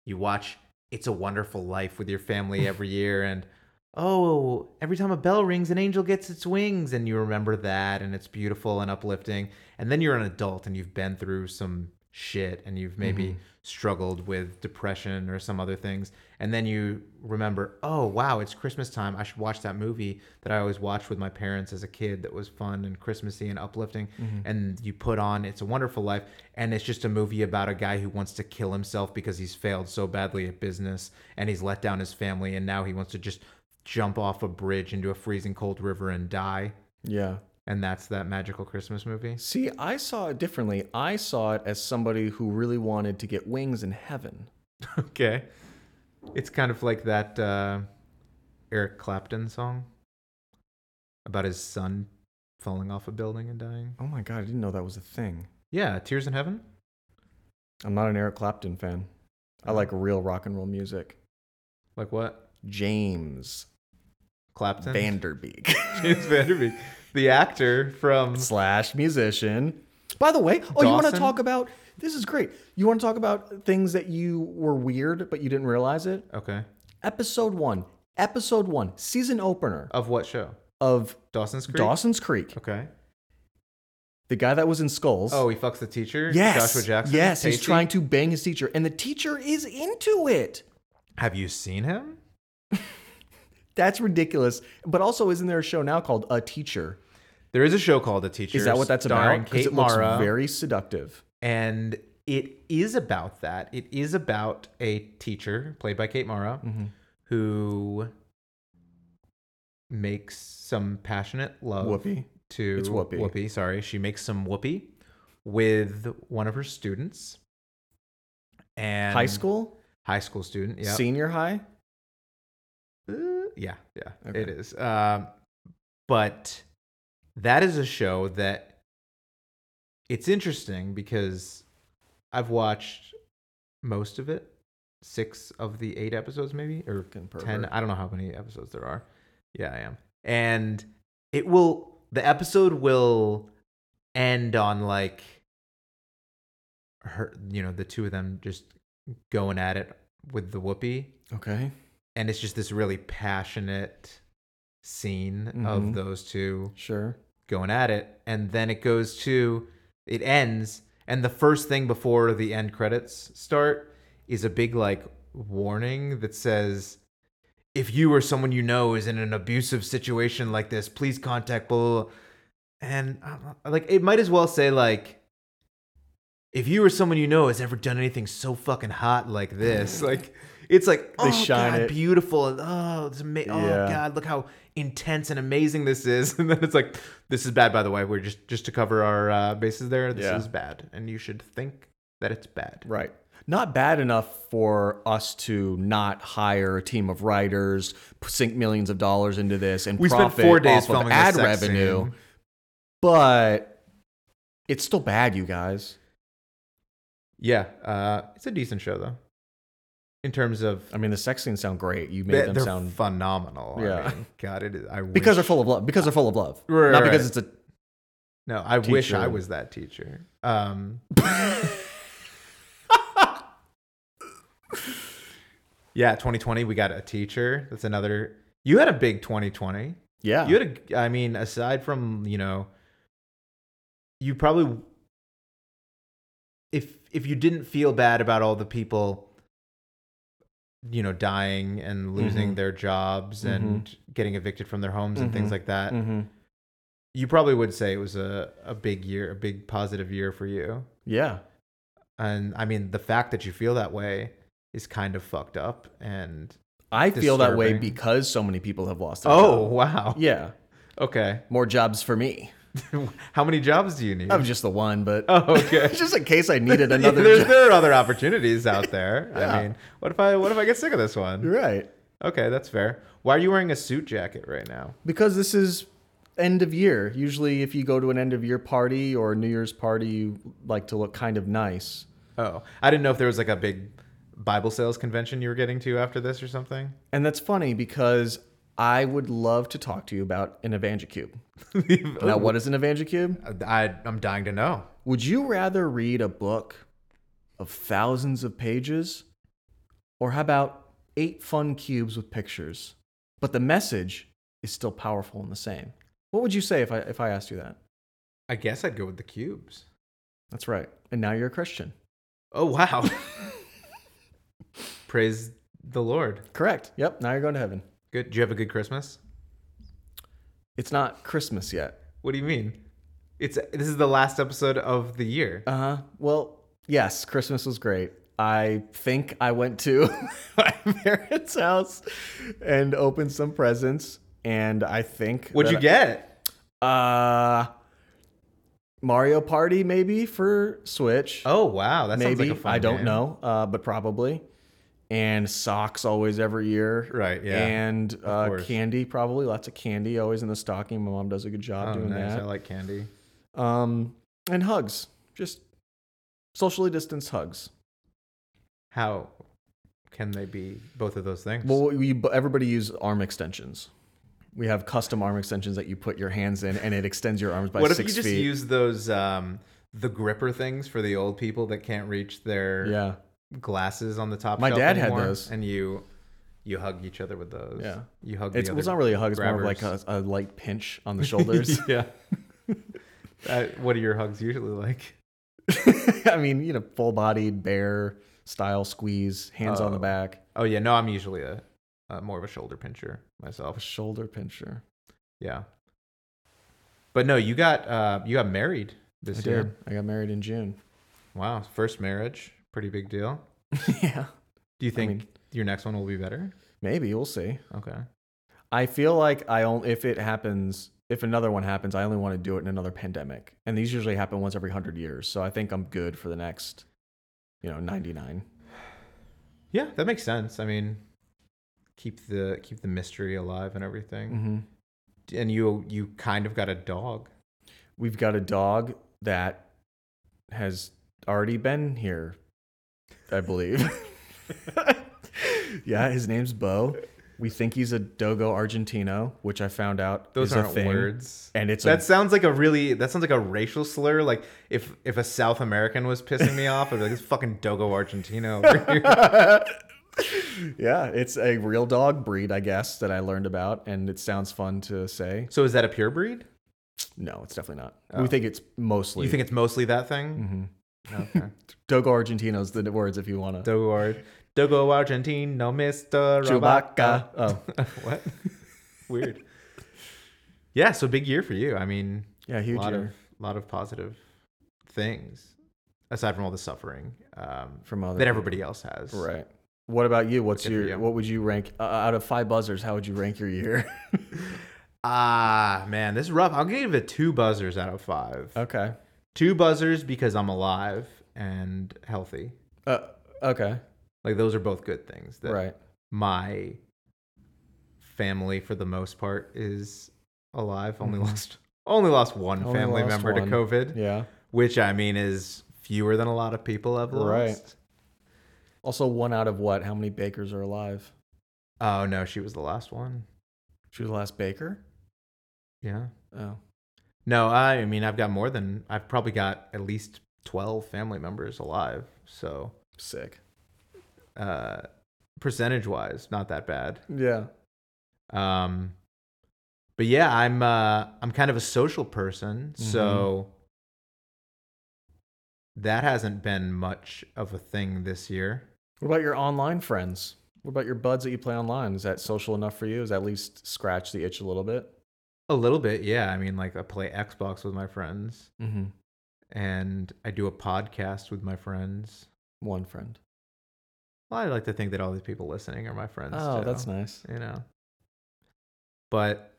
Speaker 2: you watch It's a Wonderful Life with your family every year and oh, every time a bell rings an angel gets its wings and you remember that and it's beautiful and uplifting. And then you're an adult and you've been through some shit and you've maybe struggled with depression or some other things and then you remember, "Oh, wow, it's Christmas time. I should watch that movie that I always watched with my parents as a kid that was fun and Christmassy and uplifting." And you put on It's a Wonderful Life and it's just a movie about a guy who wants to kill himself because he's failed so badly at business and he's let down his family and now he wants to just jump off a bridge into a freezing cold river and die.
Speaker 3: Yeah.
Speaker 2: And that's that magical Christmas movie.
Speaker 3: See, I saw it differently. I saw it as somebody who really wanted to get wings in heaven.
Speaker 2: Okay. It's kind of like that uh, Eric Clapton song about his son falling off a building and dying.
Speaker 3: Oh my god, I didn't know that was a thing.
Speaker 2: Yeah, Tears in Heaven.
Speaker 3: I'm not an Eric Clapton fan. I like real rock and roll music.
Speaker 2: Like what?
Speaker 3: James
Speaker 2: Clapton.
Speaker 3: Vanderbeek.
Speaker 2: James Vanderbeek, the actor from.
Speaker 3: slash musician. By the way, oh, you want to
Speaker 2: Dawson?
Speaker 3: talk about this is great. You want to talk about things that you were weird but you didn't realize it.
Speaker 2: Okay.
Speaker 3: Episode one, episode one, season opener
Speaker 2: Of what show?
Speaker 3: of
Speaker 2: Dawson's Creek.
Speaker 3: Dawson's Creek.
Speaker 2: Okay.
Speaker 3: the guy that was in Skulls.
Speaker 2: Oh, he fucks the teacher.
Speaker 3: yes,
Speaker 2: Joshua Jackson.
Speaker 3: Yes, he's
Speaker 2: Tasty?
Speaker 3: trying to bang his teacher, and the teacher is into it.
Speaker 2: Have you seen him?
Speaker 3: That's ridiculous. But also, isn't there a show now called A Teacher?
Speaker 2: There is a show called A Teacher.
Speaker 3: Is that what that's
Speaker 2: starring
Speaker 3: about?
Speaker 2: Kate
Speaker 3: it
Speaker 2: Mara,
Speaker 3: looks very seductive.
Speaker 2: and it is about that. It is about a teacher played by Kate Mara who makes some passionate love
Speaker 3: Whoopee.
Speaker 2: to
Speaker 3: It's Whoopi.
Speaker 2: Whoopi, sorry. She makes some Whoopi with one of her students. And
Speaker 3: high school,
Speaker 2: high school student, yeah.
Speaker 3: senior high.
Speaker 2: Uh, yeah, yeah,
Speaker 3: Okay.
Speaker 2: it is. Um, but that is a show that it's interesting because I've watched most of it, six of the eight episodes, maybe or
Speaker 3: Fucking
Speaker 2: ten.
Speaker 3: pervert.
Speaker 2: I don't know how many episodes there are. Yeah, I am, and it will. The episode will end on like her, you know, the two of them just going at it with the whoopee
Speaker 3: Okay.
Speaker 2: and it's just this really passionate scene
Speaker 3: Mhm.
Speaker 2: of those two
Speaker 3: Sure.
Speaker 2: going at it and then it goes to it ends and the first thing before the end credits start is a big like warning that says if you or someone you know is in an abusive situation like this please contact blah, blah, blah." and I'm- like it might as well say like if you or someone you know has ever done anything so fucking hot like this like it's like oh
Speaker 3: shine
Speaker 2: god
Speaker 3: it.
Speaker 2: beautiful and oh it's ama-
Speaker 3: Yeah.
Speaker 2: oh god look how intense and amazing this is and then it's like this is bad by the way we're just just to cover our uh, bases there this
Speaker 3: Yeah.
Speaker 2: is bad and you should think that it's bad
Speaker 3: Right. Not bad enough for us to not hire a team of writers, p- sink millions of dollars into this, and
Speaker 2: we spent
Speaker 3: profit
Speaker 2: four days
Speaker 3: off of
Speaker 2: filming
Speaker 3: ad
Speaker 2: this sex
Speaker 3: revenue.
Speaker 2: scene.
Speaker 3: But it's still bad, you guys.
Speaker 2: yeah uh, it's a decent show though in terms of
Speaker 3: I mean, the sex scenes sound great. You made
Speaker 2: they,
Speaker 3: them
Speaker 2: are
Speaker 3: sound
Speaker 2: phenomenal
Speaker 3: Yeah.
Speaker 2: I mean, god it is I
Speaker 3: because
Speaker 2: wish,
Speaker 3: they're full of love. Because they're full of love,
Speaker 2: Right,
Speaker 3: not
Speaker 2: right,
Speaker 3: because
Speaker 2: right.
Speaker 3: it's a
Speaker 2: no I wish I
Speaker 3: teacher.
Speaker 2: was that teacher um yeah 2020 we got a teacher that's another you had a big 2020
Speaker 3: yeah.
Speaker 2: You had a, I mean, aside from you know, you probably if if you didn't feel bad about all the people, you know, dying and losing
Speaker 3: Mhm.
Speaker 2: their jobs and
Speaker 3: Mm-hmm.
Speaker 2: getting evicted from their homes and
Speaker 3: Mhm.
Speaker 2: things like that,
Speaker 3: hmm
Speaker 2: you probably would say it was a a big year, a big positive year for you.
Speaker 3: Yeah.
Speaker 2: And I mean, the fact that you feel that way is kind of fucked up. And
Speaker 3: I feel that way
Speaker 2: Disturbing.
Speaker 3: because so many people have lost. Their
Speaker 2: oh
Speaker 3: job.
Speaker 2: wow,
Speaker 3: yeah.
Speaker 2: okay.
Speaker 3: More jobs for me.
Speaker 2: How many jobs do you need?
Speaker 3: I'm just the one, but
Speaker 2: oh, okay.
Speaker 3: just in case I needed
Speaker 2: Yeah,
Speaker 3: another.
Speaker 2: there's,
Speaker 3: job.
Speaker 2: there are other opportunities out there.
Speaker 3: Yeah.
Speaker 2: I mean, what if I what if I get sick of this one?
Speaker 3: You're right.
Speaker 2: Okay, that's fair. Why are you wearing a suit jacket right now?
Speaker 3: Because this is end of year. Usually, if you go to an end of year party or a New Year's party, you like to look kind of nice.
Speaker 2: Oh, I didn't know if there was like a big Bible sales convention you were getting to after this or something.
Speaker 3: And that's funny because I would love to talk to you about an Evangicube. Now, what is an Evangicube?
Speaker 2: I I'm dying to know.
Speaker 3: Would you rather read a book of thousands of pages? Or how about eight fun cubes with pictures? But the message is still powerful and the same. What would you say if I, if I asked you that?
Speaker 2: I guess I'd go with the cubes.
Speaker 3: That's right. And now you're a Christian.
Speaker 2: Oh wow. Praise the Lord.
Speaker 3: Correct. Yep. Now you're going to heaven.
Speaker 2: Good. Do you have a good Christmas?
Speaker 3: It's not Christmas yet.
Speaker 2: What do you mean? It's this is the last episode of the year.
Speaker 3: Uh huh. Well, yes, Christmas was great. I think I went to my parents' house and opened some presents. And I think.
Speaker 2: What'd you
Speaker 3: that-
Speaker 2: get?
Speaker 3: Uh, Mario Party maybe for Switch.
Speaker 2: Oh wow, that sounds
Speaker 3: maybe
Speaker 2: like a fun
Speaker 3: I don't
Speaker 2: game.
Speaker 3: know, uh, but probably. And socks always every year.
Speaker 2: Right, yeah.
Speaker 3: And uh,
Speaker 2: course.
Speaker 3: candy probably lots of candy always in the stocking. My mom does a good job doing
Speaker 2: Oh, I
Speaker 3: that.
Speaker 2: like candy.
Speaker 3: um, and hugs, just socially distanced hugs.
Speaker 2: How can they be both of those things?
Speaker 3: Well, we but everybody use arm extensions. We have custom arm extensions that you put your hands in, and it extends your arms by
Speaker 2: what if you
Speaker 3: six
Speaker 2: just
Speaker 3: feet.
Speaker 2: use those um, the gripper things for the old people that can't reach their
Speaker 3: yeah,
Speaker 2: glasses on the top?
Speaker 3: My
Speaker 2: shelf
Speaker 3: dad had
Speaker 2: anymore,
Speaker 3: those.
Speaker 2: and you you hug each other with those.
Speaker 3: Yeah.
Speaker 2: you hug.
Speaker 3: it's,
Speaker 2: the
Speaker 3: well,
Speaker 2: other
Speaker 3: it's not really a hug; it's more of
Speaker 2: grabbers.
Speaker 3: like a, a light pinch on the shoulders.
Speaker 2: yeah. Uh, what are your hugs usually like?
Speaker 3: I mean, you know, full bodied bear style squeeze, hands on the
Speaker 2: Oh.
Speaker 3: back,
Speaker 2: Oh yeah, no, I'm usually a, a more of a shoulder pincher myself.
Speaker 3: a shoulder pincher.
Speaker 2: Yeah. But no, you got uh you got married
Speaker 3: I
Speaker 2: this year.
Speaker 3: did. I got married in June.
Speaker 2: Wow, first marriage, pretty big deal.
Speaker 3: yeah.
Speaker 2: Do you think
Speaker 3: mean-
Speaker 2: your next one will be better?
Speaker 3: Maybe we'll see.
Speaker 2: Okay.
Speaker 3: I feel like I only if it happens, if another one happens, I only want to do it in another pandemic, and these usually happen once every hundred years. So I think I'm good for the next, you know, ninety nine.
Speaker 2: Yeah, that makes sense. I mean, keep the keep the mystery alive and everything.
Speaker 3: Mm-hmm.
Speaker 2: And you you kind of got a dog.
Speaker 3: We've got a dog that has already been here, I believe. yeah, his name's Bo. We think he's a Dogo Argentino, which I found out
Speaker 2: Those
Speaker 3: is a
Speaker 2: aren't
Speaker 3: thing.
Speaker 2: words.
Speaker 3: And it's
Speaker 2: that
Speaker 3: a,
Speaker 2: sounds like a really that sounds like a racial slur. Like if if a South American was pissing me off, I'd be like, "This fucking Dogo Argentino." Over here.
Speaker 3: yeah, it's a real dog breed, I guess, that I learned about, and it sounds fun to say.
Speaker 2: so is that a pure breed?
Speaker 3: No, it's definitely not.
Speaker 2: Oh.
Speaker 3: We think it's mostly
Speaker 2: You think it's mostly that thing?
Speaker 3: Mhm.
Speaker 2: Okay.
Speaker 3: Dogo Argentino's the words if you want to.
Speaker 2: Dogo Ar- Dogo Argentino, Mister
Speaker 3: Chewbacca. Oh,
Speaker 2: what? Weird. Yeah, so big year for you. I mean,
Speaker 3: yeah,
Speaker 2: a
Speaker 3: huge.
Speaker 2: lot
Speaker 3: year
Speaker 2: of lot of positive things aside from all the suffering um,
Speaker 3: from other
Speaker 2: that everybody else has.
Speaker 3: Right. What about you? What's
Speaker 2: Good for
Speaker 3: your
Speaker 2: you.
Speaker 3: what would you rank uh, out of five buzzers? How would you rank your year?
Speaker 2: Ah, man, this is rough. I'll give it two buzzers out of five.
Speaker 3: okay.
Speaker 2: Two buzzers because I'm alive and healthy.
Speaker 3: Uh, okay.
Speaker 2: Like those are both good things. That
Speaker 3: Right.
Speaker 2: my family for the most part is alive. Only lost only lost one
Speaker 3: Mm-hmm. Only
Speaker 2: family
Speaker 3: lost
Speaker 2: member
Speaker 3: one.
Speaker 2: to COVID,
Speaker 3: Yeah.
Speaker 2: which I mean is fewer than a lot of people have lost.
Speaker 3: Right. Also, one out of what? How many bakers are alive?
Speaker 2: Oh no, she was the last one.
Speaker 3: She was the last baker.
Speaker 2: Yeah.
Speaker 3: Oh.
Speaker 2: No, I mean I've got more than I've probably got at least 12 family members alive. So,
Speaker 3: Sick.
Speaker 2: uh percentage-wise, not that bad.
Speaker 3: Yeah.
Speaker 2: Um, but yeah, I'm uh, I'm kind of a social person, so
Speaker 3: Mm-hmm.
Speaker 2: that hasn't been much of a thing this year.
Speaker 3: What about your online friends? What about your buds that you play online? Is that social enough for you? Is that at least scratch the itch a little bit?
Speaker 2: A little bit, yeah. I mean, like I play Xbox with my friends,
Speaker 3: Mm-hmm.
Speaker 2: and I do a podcast with my friends.
Speaker 3: One friend.
Speaker 2: Well, I like to think that all these people listening are my friends.
Speaker 3: Oh,
Speaker 2: too,
Speaker 3: that's nice.
Speaker 2: you know. But,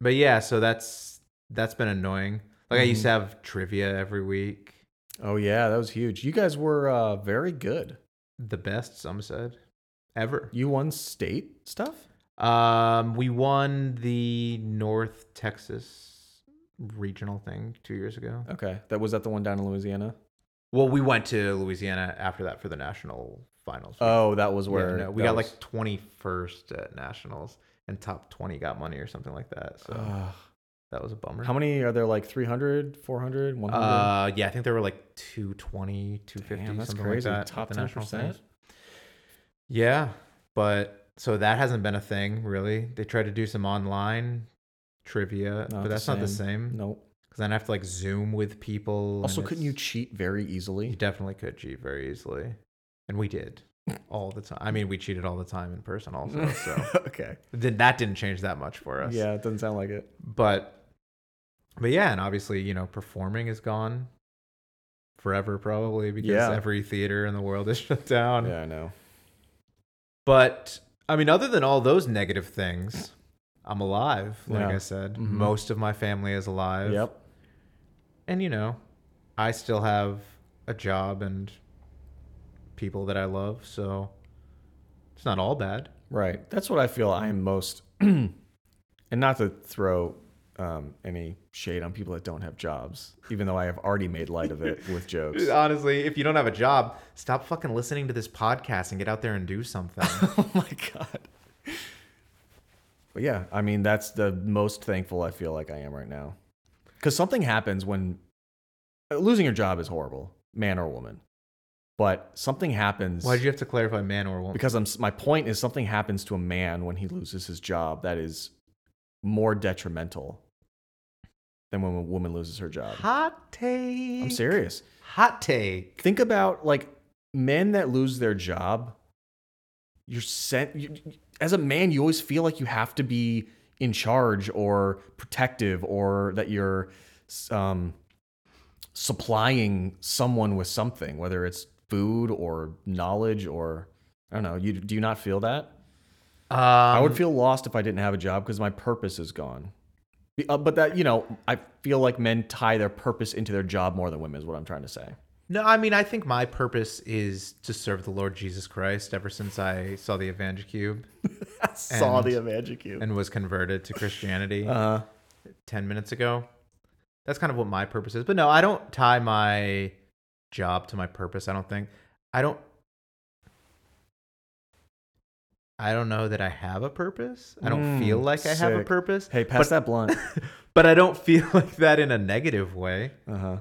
Speaker 2: but yeah, so that's that's been annoying. Like I used
Speaker 3: Mhm.
Speaker 2: to have trivia every week,
Speaker 3: Oh yeah, that was huge. You guys were uh, very good.
Speaker 2: the best some said ever.
Speaker 3: You won state stuff.
Speaker 2: Um, we won the North Texas regional thing two years ago.
Speaker 3: Okay, that was that the one down in Louisiana.
Speaker 2: Well, we went to Louisiana after that for the national finals. We-
Speaker 3: Oh, that was
Speaker 2: yeah,
Speaker 3: where
Speaker 2: no, we
Speaker 3: that
Speaker 2: got
Speaker 3: was-
Speaker 2: like twenty first at nationals, and top twenty got money or something like that. So
Speaker 3: Ugh.
Speaker 2: that was a bummer.
Speaker 3: how many are there? Like 300, 400, 100?
Speaker 2: Uh, yeah, I think there were like 220, 250,
Speaker 3: Damn, that's
Speaker 2: something
Speaker 3: crazy.
Speaker 2: like that. at
Speaker 3: Top
Speaker 2: the national
Speaker 3: 10%?
Speaker 2: things. Yeah, but so that hasn't been a thing really. They tried to do some online trivia,
Speaker 3: Not
Speaker 2: but
Speaker 3: the
Speaker 2: that's not the
Speaker 3: same.
Speaker 2: same.
Speaker 3: nope.
Speaker 2: because then I have to like Zoom with people.
Speaker 3: Also,
Speaker 2: and
Speaker 3: couldn't you
Speaker 2: it's-
Speaker 3: cheat very
Speaker 2: you
Speaker 3: easily?
Speaker 2: definitely could cheat very easily, and we did all the time. I mean, we cheated all the time in person, also. So
Speaker 3: okay.
Speaker 2: then that didn't change that much for us.
Speaker 3: Yeah, it doesn't sound like it.
Speaker 2: but but yeah, and obviously you know performing is gone forever probably because
Speaker 3: Yeah.
Speaker 2: every theater in the world is shut down.
Speaker 3: Yeah, I know.
Speaker 2: But I mean, other than all those negative things. I'm alive, like
Speaker 3: Yeah.
Speaker 2: I said.
Speaker 3: Mhm.
Speaker 2: Most of my family is alive.
Speaker 3: Yep.
Speaker 2: and you know, I still have a job and people that I love, so it's not all bad.
Speaker 3: Right. That's what I feel I am most, and not to throw um, any shade on people that don't have jobs, even though I have already made light of it with jokes.
Speaker 2: Honestly, if you don't have a job, stop fucking listening to this podcast and get out there and do something.
Speaker 3: oh my god. But yeah, I mean that's the most thankful I feel like I am right now. Cuz something happens when uh, losing your job is horrible, man or woman. But something happens
Speaker 2: Why would you have to clarify man or woman?
Speaker 3: because I'm s- my point is something happens to a man when he loses his job that is more detrimental than when a woman loses her job.
Speaker 2: Hot take.
Speaker 3: I'm serious.
Speaker 2: Hot take.
Speaker 3: Think about like men that lose their job. You're sent you, as a man. You always feel like you have to be in charge or protective or that you're um, supplying someone with something, whether it's food or knowledge or I don't know. You do you not feel that?
Speaker 2: Um,
Speaker 3: I would feel lost if I didn't have a job because my purpose is gone. Be- uh, but that, you know, I feel like men tie their purpose into their job more than women, is what I'm trying to say.
Speaker 2: No, I mean, I think my purpose is to serve the Lord Jesus Christ ever since I saw the Evangel Cube
Speaker 3: I
Speaker 2: saw the
Speaker 3: Magic Cube.
Speaker 2: and was converted to Christianity
Speaker 3: Uh. Uh-huh.
Speaker 2: 10 minutes ago. That's kind of what my purpose is. But no, I don't tie my job to my purpose, I don't think. I don't I don't know that I have a purpose. I don't
Speaker 3: Mm,
Speaker 2: feel like I have a
Speaker 3: sick.
Speaker 2: purpose.
Speaker 3: hey,
Speaker 2: but,
Speaker 3: pass that blunt.
Speaker 2: But I don't feel like that in a negative way.
Speaker 3: Uh huh.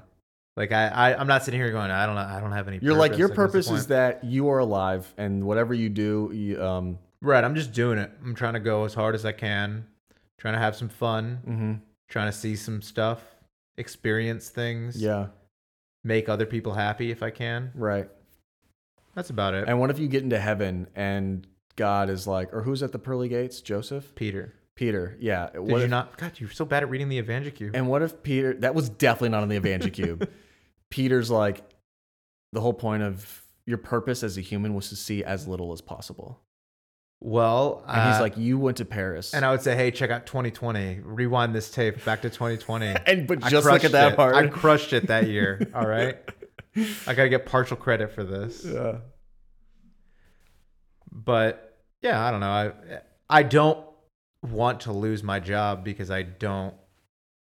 Speaker 2: Like I, I I'm not sitting here going, I don't know, I don't have any
Speaker 3: You're like, your
Speaker 2: what's the
Speaker 3: purpose
Speaker 2: point?"
Speaker 3: is that you are alive and whatever you do, you, um,
Speaker 2: Right, I'm just doing it. I'm trying to go as hard as I can, trying to have some fun,
Speaker 3: mhm,
Speaker 2: trying to see some stuff, experience things,
Speaker 3: yeah,
Speaker 2: make other people happy if I can.
Speaker 3: right.
Speaker 2: That's about it.
Speaker 3: And what if you get into heaven and God is like, or who's at the pearly gates? Joseph?
Speaker 2: Peter,
Speaker 3: Peter. Yeah.
Speaker 2: did you not? God, you're so bad at reading the Evangicube.
Speaker 3: And what if Peter? That was definitely not on the Evangel Cube. Peter's like, the whole point of your purpose as a human was to see as little as possible.
Speaker 2: well,
Speaker 3: And
Speaker 2: uh,
Speaker 3: he's like, you went to Paris,
Speaker 2: and I would say, hey, check out 2020. Rewind this tape back to 2020.
Speaker 3: And- but
Speaker 2: I
Speaker 3: just look
Speaker 2: crushed
Speaker 3: at that
Speaker 2: it.
Speaker 3: part.
Speaker 2: I crushed it that year. All right, I gotta get partial credit for this.
Speaker 3: Yeah.
Speaker 2: but yeah, I don't know. I I don't want to lose my job because I don't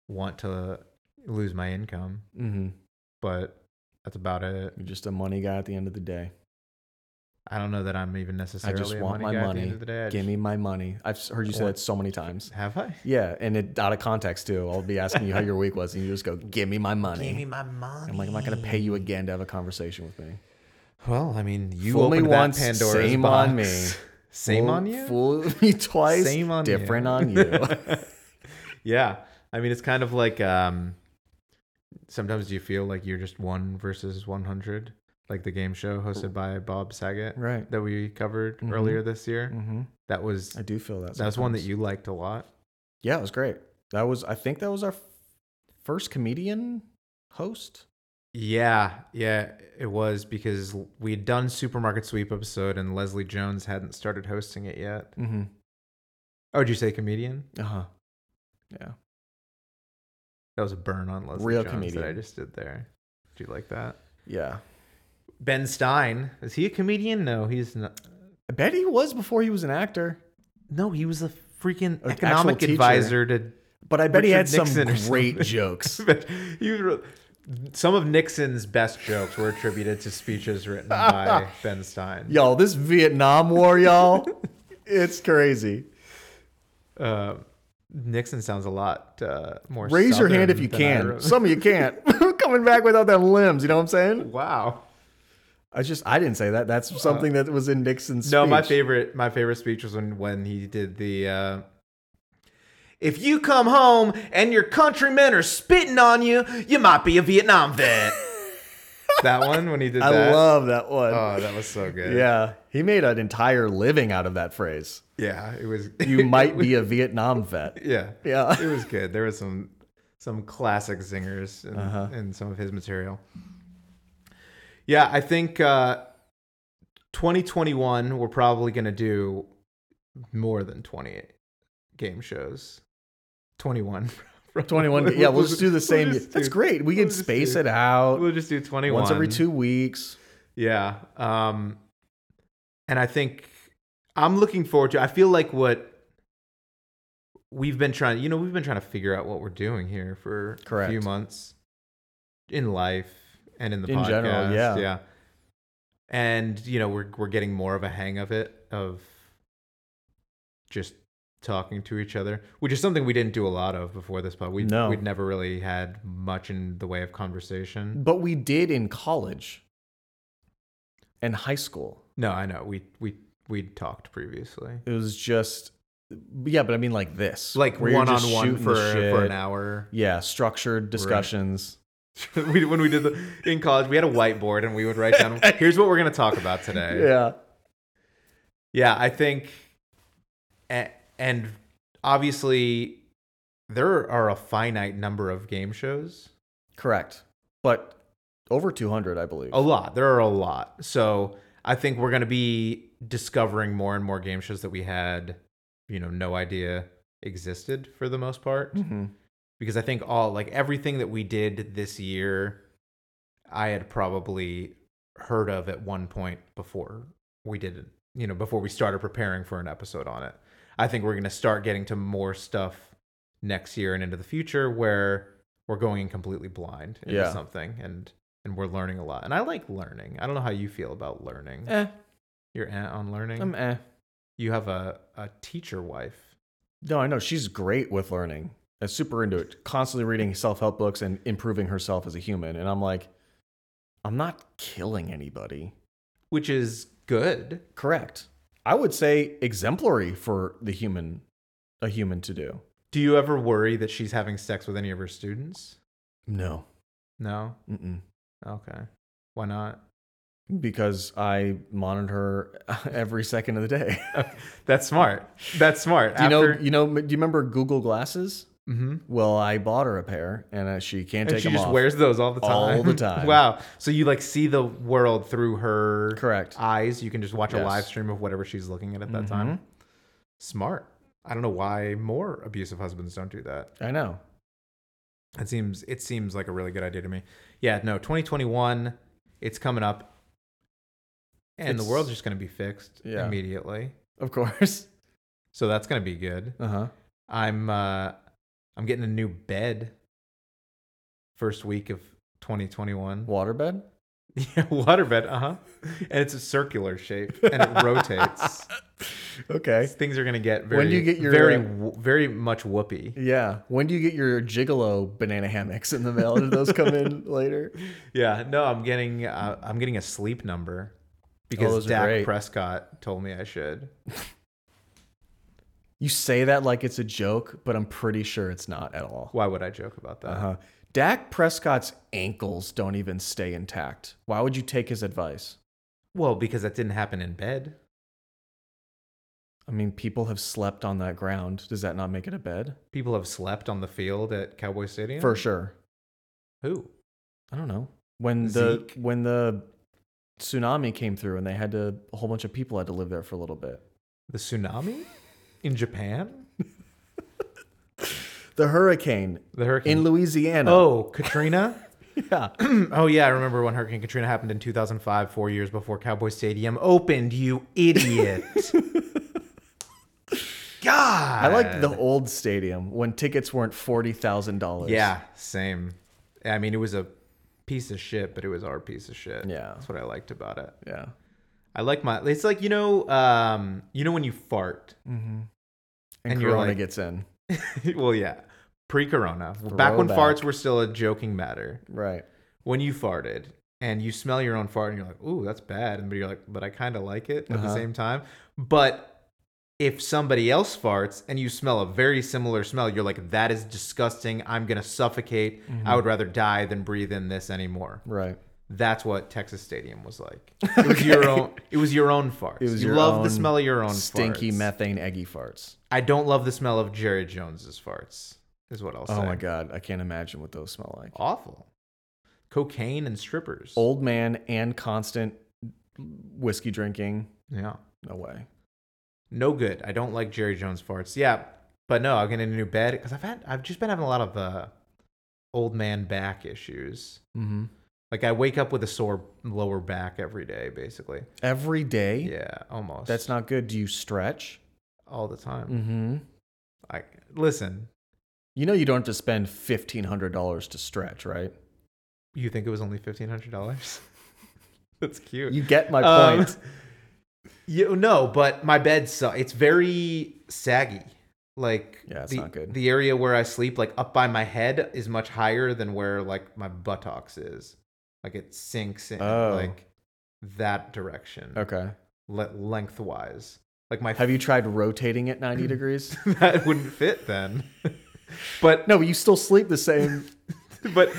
Speaker 2: want to lose my income,
Speaker 3: hmm
Speaker 2: but that's about it.
Speaker 3: You're just a money guy at the end of the day.
Speaker 2: I don't know that I'm even
Speaker 3: I
Speaker 2: necessarily
Speaker 3: just
Speaker 2: a
Speaker 3: want
Speaker 2: money guy
Speaker 3: my
Speaker 2: at the
Speaker 3: money.
Speaker 2: end of the day. I
Speaker 3: Give me my money. I've s- heard you say
Speaker 2: Or-
Speaker 3: that so many times.
Speaker 2: just- have I?
Speaker 3: Yeah, and it out of context too. I'll be asking you how your week was, and you just go, "Give me my money."
Speaker 2: my money.
Speaker 3: I'm like, I'm not gonna pay you again to have a conversation with me.
Speaker 2: Well, I mean, you
Speaker 3: Fool me
Speaker 2: opened
Speaker 3: once,
Speaker 2: that Pandora's
Speaker 3: same
Speaker 2: box.
Speaker 3: on me.
Speaker 2: Same
Speaker 3: Fool-
Speaker 2: on you.
Speaker 3: Fool me twice.
Speaker 2: Same on you.
Speaker 3: different on you.
Speaker 2: Yeah, I mean, it's kind of like um, sometimes you feel like you're just one versus 100, like the game show hosted by Bob Saget.
Speaker 3: Right.
Speaker 2: that we covered earlier this year.
Speaker 3: Mm-hmm.
Speaker 2: That was
Speaker 3: I do feel that.
Speaker 2: that was one that
Speaker 3: sometimes.
Speaker 2: you liked a lot.
Speaker 3: Yeah, it was great. That was. I think that was our f- first comedian host.
Speaker 2: Yeah, yeah, it was because we had done supermarket sweep episode and Leslie Jones hadn't started hosting it yet.
Speaker 3: Mm-hmm.
Speaker 2: Oh, did you say comedian?
Speaker 3: Uh huh. Yeah.
Speaker 2: That was a burn on Leslie
Speaker 3: Real
Speaker 2: Jones that I
Speaker 3: comedian.
Speaker 2: just did there. Do you like that?
Speaker 3: Yeah.
Speaker 2: Ben Stein is he a comedian? No, he's not.
Speaker 3: I bet he was before he was an actor.
Speaker 2: No, he was a freaking
Speaker 3: An
Speaker 2: economic
Speaker 3: actual teacher.
Speaker 2: advisor to.
Speaker 3: But I bet he had
Speaker 2: Richard
Speaker 3: some
Speaker 2: Nixon or
Speaker 3: great
Speaker 2: something.
Speaker 3: jokes.
Speaker 2: he was re- some of Nixon's best jokes were attributed to speeches written by Ben Stein.
Speaker 3: Yo, this Vietnam War, y'all, it's crazy.
Speaker 2: Uh, Nixon sounds a lot uh, more.
Speaker 3: Raise your hand if
Speaker 2: southern
Speaker 3: you
Speaker 2: than I
Speaker 3: can.
Speaker 2: wrote.
Speaker 3: Some of you can't. Coming back without them limbs, you know what I'm saying?
Speaker 2: wow.
Speaker 3: I just I didn't say that. That's something that was in Nixon's.
Speaker 2: Uh, No, my
Speaker 3: speech.
Speaker 2: favorite my favorite speech was when when he did the. Uh, if you come home and your countrymen are spitting on you, you might be a Vietnam vet. that one when he did
Speaker 3: I
Speaker 2: that.
Speaker 3: love that one.
Speaker 2: oh, that was so good.
Speaker 3: yeah, he made an entire living out of that phrase.
Speaker 2: yeah, it was.
Speaker 3: You might be a Vietnam vet.
Speaker 2: yeah,
Speaker 3: Yeah.
Speaker 2: it was good. There was some some classic zingers in,
Speaker 3: Uh-huh.
Speaker 2: in some of his material. Yeah, I think uh, 2021 we're probably going to do more than 20 game shows. 21.
Speaker 3: 21. Yeah, we'll just do the same.
Speaker 2: just
Speaker 3: That's
Speaker 2: do-
Speaker 3: great. We
Speaker 2: we'll
Speaker 3: can
Speaker 2: just
Speaker 3: space
Speaker 2: do-
Speaker 3: it out
Speaker 2: We'll just do 21
Speaker 3: once every two weeks.
Speaker 2: yeah. Um and I think I'm looking forward to I feel like what we've been trying you know, we've been trying to figure out what we're doing here for a few
Speaker 3: Correct.
Speaker 2: months in life and in the
Speaker 3: In
Speaker 2: podcast.
Speaker 3: general, yeah.
Speaker 2: Yeah. And you know, we're we're getting more of a hang of it of just talking to each other, which is something we didn't do a lot of before this pod. We
Speaker 3: No.
Speaker 2: we'd never really had much in the way of conversation.
Speaker 3: But we did in college and high school.
Speaker 2: No, I know. We we we talked previously.
Speaker 3: It was just yeah, but I mean like this,
Speaker 2: like
Speaker 3: where you're
Speaker 2: one on
Speaker 3: just
Speaker 2: one
Speaker 3: shooting
Speaker 2: for
Speaker 3: the shit.
Speaker 2: for an hour.
Speaker 3: Yeah, structured discussions.
Speaker 2: we, when we did the in college, we had a whiteboard and we would write down. Here's what we're gonna talk about today.
Speaker 3: Yeah,
Speaker 2: Yeah, I think, a- and obviously, there are a finite number of game shows.
Speaker 3: correct. But over 200, I believe.
Speaker 2: A lot. There are a lot. So I think we're going to be discovering more and more game shows that we had, you know, no idea existed for the most part.
Speaker 3: Mhm.
Speaker 2: Because I think all, like everything that we did this year, I had probably heard of at one point before we did it, you know, before we started preparing for an episode on it. I think we're going to start getting to more stuff next year and into the future where we're going in completely blind into
Speaker 3: Yeah.
Speaker 2: something and and we're learning a lot. And I like learning. I don't know how you feel about learning.
Speaker 3: Eh,
Speaker 2: You're eh on learning.
Speaker 3: I'm eh.
Speaker 2: you have a, a teacher wife.
Speaker 3: No, I know she's great with learning. I'm super into it. Constantly reading self-help books and improving herself as a human. And I'm like, I'm not killing anybody.
Speaker 2: Which is good.
Speaker 3: Correct. I would say exemplary for the human, a human to do.
Speaker 2: Do you ever worry that she's having sex with any of her students?
Speaker 3: No.
Speaker 2: No?
Speaker 3: Mm-mm.
Speaker 2: Okay. Why not?
Speaker 3: Because I monitor every second of the day.
Speaker 2: That's smart. That's smart.
Speaker 3: do you know? You know? Do you remember Google Glasses?
Speaker 2: hmm
Speaker 3: Well, I bought her a pair, and uh, she can't
Speaker 2: And
Speaker 3: take
Speaker 2: she
Speaker 3: them
Speaker 2: just
Speaker 3: off.
Speaker 2: wears those all the time.
Speaker 3: All the time.
Speaker 2: wow. So you like see the world through her
Speaker 3: Correct.
Speaker 2: eyes. You can just watch a
Speaker 3: Yes. Mm-hmm.
Speaker 2: live stream of whatever she's looking at at that time. Smart. I don't know why more abusive husbands don't do that.
Speaker 3: I know.
Speaker 2: It seems it seems like a really good idea to me. Yeah, no, 2021, it's coming up. And the
Speaker 3: It's-
Speaker 2: world's just going to be fixed
Speaker 3: Yeah.
Speaker 2: immediately.
Speaker 3: Of course.
Speaker 2: So that's going to be good.
Speaker 3: Uh huh.
Speaker 2: I'm uh I'm getting a new bed first week of 2021.
Speaker 3: Waterbed.
Speaker 2: Yeah, waterbed, uh-huh. And it's a circular shape and it rotates.
Speaker 3: Okay.
Speaker 2: Things are going to get very
Speaker 3: When do you get your,
Speaker 2: very
Speaker 3: uh,
Speaker 2: wo- very much whoopee.
Speaker 3: Yeah. When do you get your gigolo banana hammocks in the mail? Do those come in later?
Speaker 2: Yeah, no, I'm getting uh, I'm getting a sleep number because
Speaker 3: those are
Speaker 2: Dak
Speaker 3: great.
Speaker 2: Prescott told me I should.
Speaker 3: You say that like it's a joke, but I'm pretty sure it's not at all.
Speaker 2: Why would I joke about that?
Speaker 3: Uh huh. Dak Prescott's ankles don't even stay intact. Why would you take his advice?
Speaker 2: Well, because that didn't happen in bed.
Speaker 3: I mean, people have slept on that ground. Does that not make it a bed?
Speaker 2: People have slept on the field at Cowboy Stadium.
Speaker 3: For sure.
Speaker 2: who?
Speaker 3: I don't know. When the
Speaker 2: Zeke?
Speaker 3: when the tsunami came through and they had to a whole bunch of people had to live there for a little bit.
Speaker 2: The tsunami in Japan?
Speaker 3: The hurricane
Speaker 2: The hurricane
Speaker 3: in Louisiana.
Speaker 2: Oh, Katrina?
Speaker 3: yeah.
Speaker 2: oh yeah, I remember when Hurricane Katrina happened in 2005, 4 years before Cowboy Stadium opened, you idiot. God.
Speaker 3: I liked the old stadium when tickets weren't forty thousand dollars.
Speaker 2: Yeah, same. I mean, it was a piece of shit, but it was our piece of shit.
Speaker 3: Yeah.
Speaker 2: That's what I liked about it.
Speaker 3: yeah.
Speaker 2: I like my It's like, you know, um, you know when you fart.
Speaker 3: And,
Speaker 2: And you're
Speaker 3: Corona
Speaker 2: like-
Speaker 3: gets in.
Speaker 2: well, yeah. Pre-corona. Back when
Speaker 3: Throwback.
Speaker 2: farts were still a joking matter.
Speaker 3: Right.
Speaker 2: when you farted and you smell your own fart and you're like, "Ooh, that's bad," and but you're like, "But I kind of like it at the
Speaker 3: Uh-huh.
Speaker 2: same time." But if somebody else farts and you smell a very similar smell, you're like, "That is disgusting. I'm gonna suffocate.
Speaker 3: Mm-hmm.
Speaker 2: I would rather die than breathe in this anymore."
Speaker 3: Right.
Speaker 2: That's what Texas Stadium was like. It was your own. It was your own farts.
Speaker 3: It was
Speaker 2: you
Speaker 3: your
Speaker 2: love the
Speaker 3: own
Speaker 2: smell of your own
Speaker 3: Stinky
Speaker 2: farts.
Speaker 3: methane eggy farts.
Speaker 2: I don't love the smell of Jerry Jones's farts. Is what I'll say.
Speaker 3: Oh my god, I can't imagine what those smell like.
Speaker 2: Awful. Cocaine and strippers.
Speaker 3: Old man and constant whiskey drinking.
Speaker 2: Yeah.
Speaker 3: No way.
Speaker 2: no good. I don't like Jerry Jones farts. Yeah, but no, I'll get a new bed because I've had I've just been having a lot of uh, old man back issues.
Speaker 3: Mm-hmm.
Speaker 2: Like I wake up with a sore lower back every day, basically.
Speaker 3: Every day.
Speaker 2: Yeah, almost.
Speaker 3: That's not good. Do you stretch?
Speaker 2: all the time.
Speaker 3: Mm-hmm.
Speaker 2: I listen.
Speaker 3: You know you don't have to spend fifteen hundred dollars to stretch, right?
Speaker 2: You think it was only fifteen hundred dollars? That's cute.
Speaker 3: You get my
Speaker 2: Um,
Speaker 3: point.
Speaker 2: You oh, no, but my bed so it's very saggy. Like
Speaker 3: Yeah, it's
Speaker 2: the,
Speaker 3: not good.
Speaker 2: The area where I sleep, like up by my head, is much higher than where like my buttocks is. Like it sinks in
Speaker 3: Oh.
Speaker 2: like that direction,
Speaker 3: okay.
Speaker 2: le- lengthwise. Like my
Speaker 3: Have you tried rotating it 90 degrees?
Speaker 2: that wouldn't fit then. but
Speaker 3: No, but you still sleep the same.
Speaker 2: but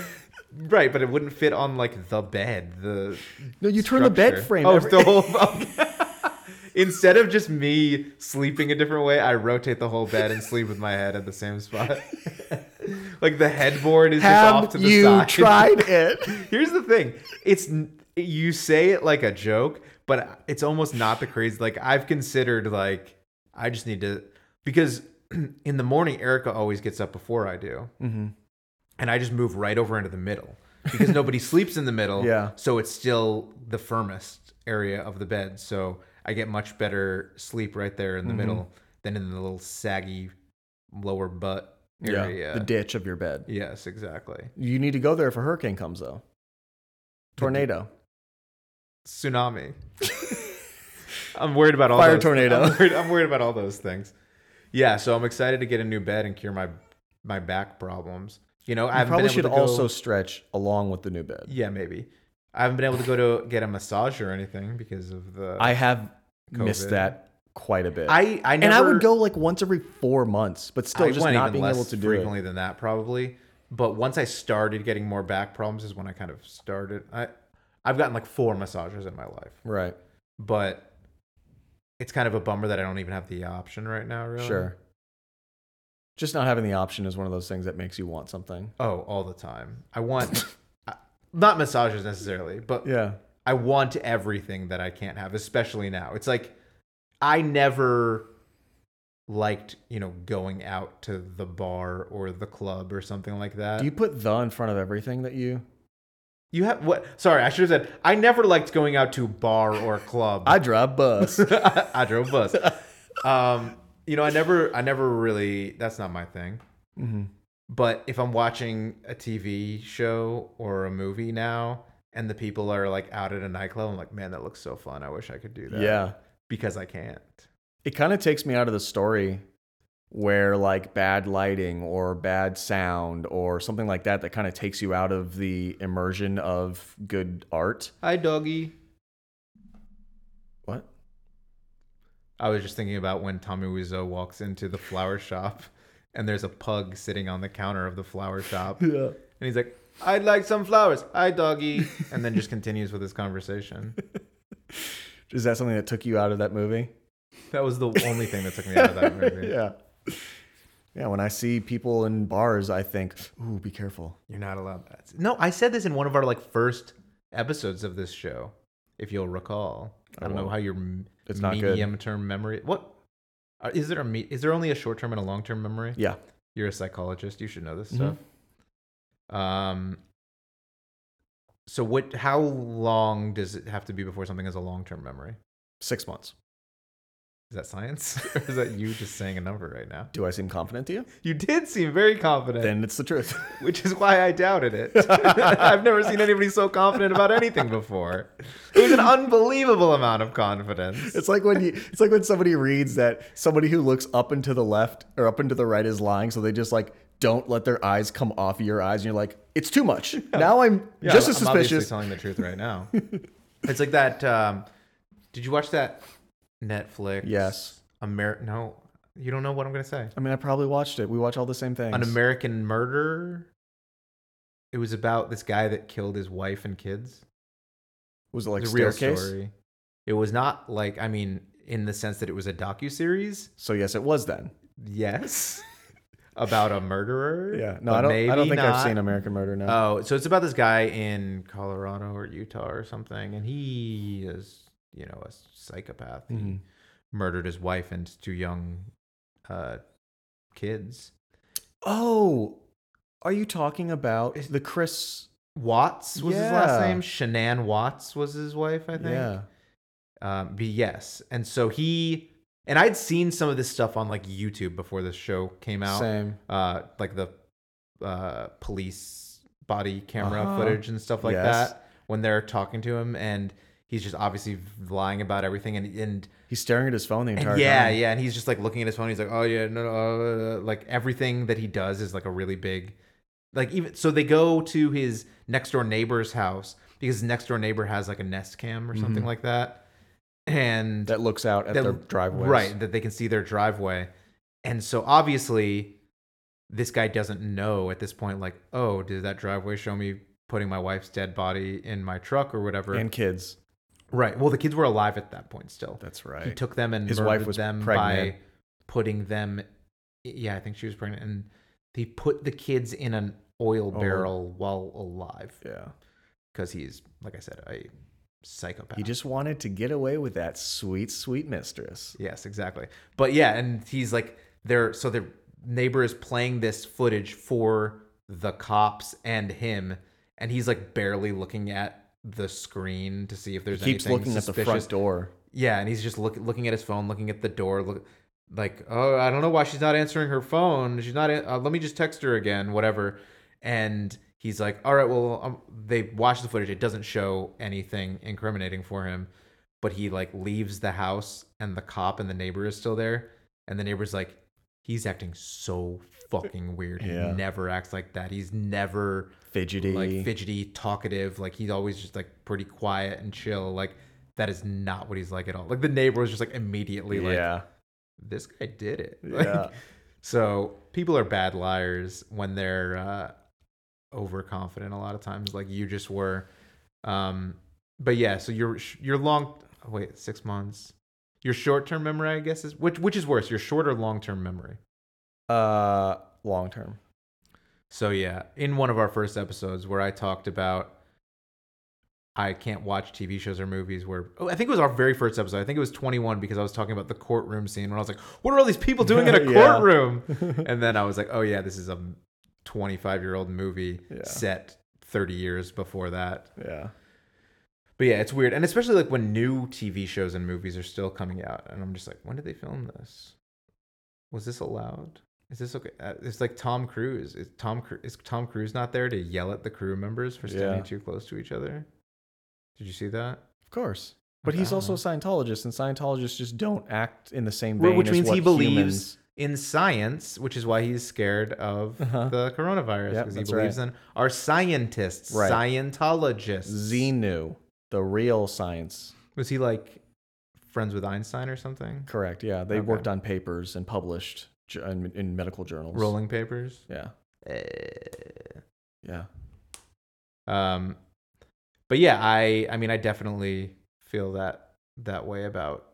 Speaker 2: right, but it wouldn't fit on like the bed. The
Speaker 3: No, you turn the bed
Speaker 2: structure.
Speaker 3: frame
Speaker 2: Oh,
Speaker 3: every-
Speaker 2: the whole. okay. Instead of just me sleeping a different way, I rotate the whole bed and sleep with my head at the same spot. like the headboard is just off
Speaker 3: Have
Speaker 2: to the
Speaker 3: you
Speaker 2: side.
Speaker 3: tried it?
Speaker 2: Here's the thing. It's n- you say it like a joke, but it's almost not the crazy. Like I've considered like I just need to because in the morning Erica always gets up before I do. Mm-hmm. And I just move right over into the middle because nobody sleeps in the middle.
Speaker 3: Yeah.
Speaker 2: So it's still the firmest area of the bed. So I get much better sleep right there in
Speaker 3: Mm-hmm.
Speaker 2: the middle than in the little saggy lower butt area.
Speaker 3: The ditch of your bed.
Speaker 2: yes, exactly.
Speaker 3: You need to go there if a hurricane comes, though. Tornado.
Speaker 2: tsunami. I'm worried about all
Speaker 3: Fire
Speaker 2: those-
Speaker 3: tornado.
Speaker 2: I'm worried, I'm worried about all those things. Yeah, so I'm excited to get a new bed and cure my my back problems. You know, I
Speaker 3: You
Speaker 2: haven't
Speaker 3: probably
Speaker 2: been able
Speaker 3: should
Speaker 2: to go,
Speaker 3: also stretch along with the new bed.
Speaker 2: yeah maybe I haven't been able to go to get a massage or anything because of the
Speaker 3: I have missed
Speaker 2: COVID.
Speaker 3: that quite a bit.
Speaker 2: I I
Speaker 3: and I
Speaker 2: never-
Speaker 3: would go like once every four months, but still
Speaker 2: I
Speaker 3: just
Speaker 2: went
Speaker 3: not
Speaker 2: even
Speaker 3: being
Speaker 2: less
Speaker 3: able to do
Speaker 2: frequently
Speaker 3: it.
Speaker 2: than that probably. But once I started getting more back problems is when I kind of started. I I've gotten like four massages in my life,
Speaker 3: Right.
Speaker 2: but it's kind of a bummer that I don't even have the option right now. Really,
Speaker 3: Sure. Just not having the option is one of those things that makes you want something.
Speaker 2: Oh, all the time. I want I- not massages necessarily, but
Speaker 3: Yeah.
Speaker 2: I want everything that I can't have, especially now. It's like I never liked, you know, going out to the bar or the club or something like that.
Speaker 3: Do you put the in front of everything that you?
Speaker 2: You have what? Sorry, I should have said I never liked going out to bar or club.
Speaker 3: I drive bus.
Speaker 2: I drove bus. Um, you know, I never, I never really. That's not my thing.
Speaker 3: Mhm.
Speaker 2: But if I'm watching a TV show or a movie now, and the people are like out at a nightclub, I'm like, man, that looks so fun. I wish I could do that.
Speaker 3: yeah.
Speaker 2: because I can't.
Speaker 3: It kind of takes me out of the story where like bad lighting or bad sound or something like that that kind of takes you out of the immersion of good art.
Speaker 2: Hi, doggy.
Speaker 3: What?
Speaker 2: I was just thinking about when Tommy Wiseau walks into the flower shop, and there's a pug sitting on the counter of the flower shop.
Speaker 3: Yeah.
Speaker 2: And he's like, I'd like some flowers. Hi, doggy. And then just continues with his conversation.
Speaker 3: Is that something that took you out of that movie?
Speaker 2: That was the only thing that took me out of that movie.
Speaker 3: Yeah. Yeah, when I see people in bars, I think, "Ooh, be careful."
Speaker 2: You're not allowed that. No, I said this in one of our like first episodes of this show, if you'll recall. I don't know
Speaker 3: won't.
Speaker 2: how your m-
Speaker 3: It's not good.
Speaker 2: medium-term memory. What are- is there a me- is there only a short-term and a long-term memory?
Speaker 3: Yeah.
Speaker 2: You're a psychologist. You should know this
Speaker 3: Mhm.
Speaker 2: stuff. Um. So what? How long does it have to be before something is a long-term memory?
Speaker 3: 6 months.
Speaker 2: Is that science, or is that you just saying a number right now?
Speaker 3: Do I seem confident to you?
Speaker 2: You did seem very confident,
Speaker 3: Then it's the truth.
Speaker 2: which is why I doubted it. I've never seen anybody so confident about anything before. It was an unbelievable amount of confidence.
Speaker 3: It's like when you, it's like when somebody reads that somebody who looks up and to the left or up and to the right is lying, so they just like don't let their eyes come off of your eyes, and you're like, it's too much. Now I'm
Speaker 2: Yeah,
Speaker 3: just
Speaker 2: I'm-
Speaker 3: as
Speaker 2: I'm obviously
Speaker 3: suspicious.
Speaker 2: telling the truth right now. it's like that. Um, did you watch that Netflix?
Speaker 3: Yes.
Speaker 2: Amer. No, you don't know what I'm gonna say.
Speaker 3: I mean, I probably watched it. We watch all the same things.
Speaker 2: An American Murder. It was about this guy that killed his wife and kids.
Speaker 3: was it like
Speaker 2: It's a real
Speaker 3: staircase?
Speaker 2: story. It was not like I mean, in the sense that it was a docu series.
Speaker 3: So yes, it was then.
Speaker 2: Yes. about a murderer.
Speaker 3: Yeah.
Speaker 2: but
Speaker 3: No, I don't. I don't
Speaker 2: maybe
Speaker 3: think I've
Speaker 2: not.
Speaker 3: seen American Murder. No.
Speaker 2: Oh, so it's about this guy in Colorado or Utah or something, and he is, you know, a psychopath. He
Speaker 3: Mhm.
Speaker 2: murdered his wife and two young uh, kids.
Speaker 3: Oh, are you talking about the Chris?
Speaker 2: Watts was his last
Speaker 3: Yeah.
Speaker 2: name. Shanann Watts was his wife, I think.
Speaker 3: Yeah.
Speaker 2: um, be yes. And so he and I'd seen some of this stuff on like YouTube before this show came out,
Speaker 3: Same.
Speaker 2: uh, like the uh, police body camera
Speaker 3: Uh-huh.
Speaker 2: footage and stuff like
Speaker 3: Yes.
Speaker 2: that when they're talking to him and he's just obviously lying about everything and and,
Speaker 3: He's staring at his phone the
Speaker 2: and
Speaker 3: entire
Speaker 2: yeah
Speaker 3: time.
Speaker 2: yeah and he's just like looking at his phone he's like oh yeah no, no uh, uh," like everything that he does is like a really big like even so they go to his next door neighbor's house because his next door neighbor has like a nest cam or something like that and
Speaker 3: Mm-hmm. that looks out at
Speaker 2: that-
Speaker 3: their driveways.
Speaker 2: right that they can see their driveway and so obviously this guy doesn't know at this point like oh did that driveway show me putting my wife's dead body in my truck or whatever
Speaker 3: And kids.
Speaker 2: right well the kids were alive at that point still
Speaker 3: That's right.
Speaker 2: he took them and
Speaker 3: His
Speaker 2: murdered
Speaker 3: wife was
Speaker 2: them by
Speaker 3: pregnant.
Speaker 2: putting them yeah i think she was pregnant and he put the kids in an oil
Speaker 3: Oh.
Speaker 2: barrel while alive
Speaker 3: yeah.
Speaker 2: because he's like i said a psychopath
Speaker 3: He just wanted to get away with that sweet, sweet mistress.
Speaker 2: Yes, exactly. But yeah, and he's like they're so their neighbor is playing this footage for the cops and him, and he's like barely looking at the screen to see if there's
Speaker 3: Keeps
Speaker 2: anything
Speaker 3: looking at the
Speaker 2: suspicious.
Speaker 3: front door.
Speaker 2: Yeah, and he's just look, looking at his phone, looking at the door, look like, "Oh, I don't know why she's not answering her phone. She's not an- uh, let me just text her again, whatever." And he's like, "All right, well, um, they watched the footage. It doesn't show anything incriminating for him." But he like leaves the house and the cop and the neighbor is still there, and the neighbor's like, "He's acting so fucking weird.
Speaker 3: Yeah.
Speaker 2: He never acts like that. He's never
Speaker 3: Fidgety.
Speaker 2: like fidgety, talkative. Like he's always just like pretty quiet and chill. Like that is not what he's like at all. Like the neighbor was just like immediately like,
Speaker 3: yeah.
Speaker 2: this guy did it.
Speaker 3: Yeah.
Speaker 2: Like, so people are bad liars when they're uh, overconfident. A lot of times, like you just were. Um, but yeah, so your your long oh, wait six months. Your short term memory, I guess, is which which is worse, your short or long term memory.
Speaker 3: uh, long term.
Speaker 2: So yeah, in one of our first episodes where I talked about I can't watch TV shows or movies where oh, I think it was our very first episode. I think it was 21 because I was talking about the courtroom scene when I was like, "What are all these people doing in a
Speaker 3: Yeah.
Speaker 2: courtroom?" and then I was like, "Oh yeah, this is a 25-year-old movie
Speaker 3: Yeah.
Speaker 2: set 30 years before that."
Speaker 3: Yeah.
Speaker 2: But yeah, it's weird. And especially like when new TV shows and movies are still coming out and I'm just like, "When did they film this? Was this allowed?" Is this okay? Uh, It's like Tom Cruise. Is Tom Cru- is Tom Cruise not there to yell at the crew members for standing
Speaker 3: Yeah.
Speaker 2: too close to each other? Did you see that?
Speaker 3: Of course. But he's also a Scientologist, and Scientologists just don't act in the same
Speaker 2: Well,
Speaker 3: vein.
Speaker 2: Uh-huh. which
Speaker 3: as
Speaker 2: means
Speaker 3: what
Speaker 2: he believes
Speaker 3: humans-
Speaker 2: in science, which is why he's scared of
Speaker 3: Uh-huh.
Speaker 2: the coronavirus
Speaker 3: Yep,
Speaker 2: because he
Speaker 3: that's
Speaker 2: believes in our scientists,
Speaker 3: Right.
Speaker 2: Scientologists.
Speaker 3: Xenu, the real science.
Speaker 2: Was he like friends with Einstein or something?
Speaker 3: Correct. Yeah, they
Speaker 2: Okay.
Speaker 3: worked on papers and published ju- in, in medical journals.
Speaker 2: Rolling Eh. papers.
Speaker 3: Yeah. Yeah.
Speaker 2: Um, but yeah, I I mean, I definitely feel that that way about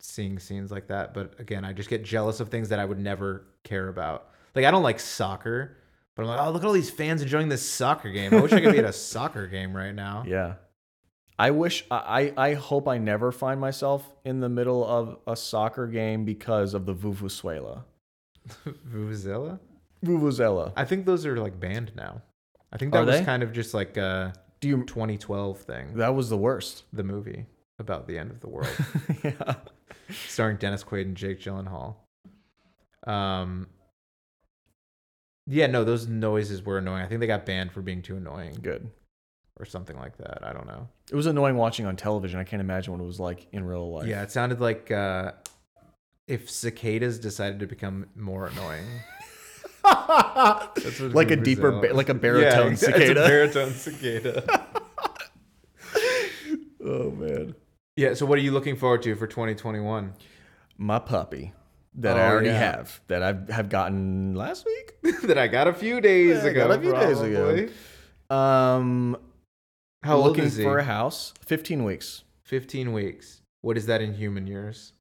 Speaker 2: seeing scenes like that. But again, I just get jealous of things that I would never care about. Like I don't like soccer, but I'm like, oh, look at all these fans enjoying this soccer game. I wish I could be at a soccer game right now.
Speaker 3: Yeah. I wish I I I hope I never find myself in the middle of a soccer game because of the Vuvuzuela.
Speaker 2: Vuvuzela.
Speaker 3: Vuvuzela.
Speaker 2: I think those are like banned now. I think that
Speaker 3: Are
Speaker 2: was
Speaker 3: they?
Speaker 2: kind of just like a
Speaker 3: Do you
Speaker 2: 2012 thing,
Speaker 3: That was the worst.
Speaker 2: the movie about the end of the world.
Speaker 3: yeah.
Speaker 2: starring Dennis Quaid and Jake Gyllenhaal. Um, yeah, no, those noises were annoying. I think they got banned for being too annoying
Speaker 3: Good.
Speaker 2: or something like that. I don't know.
Speaker 3: It was annoying watching on television. I can't imagine what it was like in real life.
Speaker 2: Yeah, it sounded like uh, if cicadas decided to become more annoying. That's what
Speaker 3: like a
Speaker 2: Vuvuzela
Speaker 3: deeper, ba-
Speaker 2: was.
Speaker 3: like a
Speaker 2: Yeah,
Speaker 3: baritone
Speaker 2: it's a
Speaker 3: cicada.
Speaker 2: baritone cicada.
Speaker 3: oh man,
Speaker 2: yeah. So, what are you looking forward to for 2021?
Speaker 3: my puppy that
Speaker 2: Oh,
Speaker 3: I already
Speaker 2: yeah.
Speaker 3: have that I have gotten last week.
Speaker 2: that I got a few days
Speaker 3: Yeah, I
Speaker 2: ago.
Speaker 3: got a few days ago.
Speaker 2: probably.
Speaker 3: Um,
Speaker 2: How old
Speaker 3: looking
Speaker 2: is he?
Speaker 3: for a house. Fifteen weeks.
Speaker 2: 15 weeks. What is that in human years?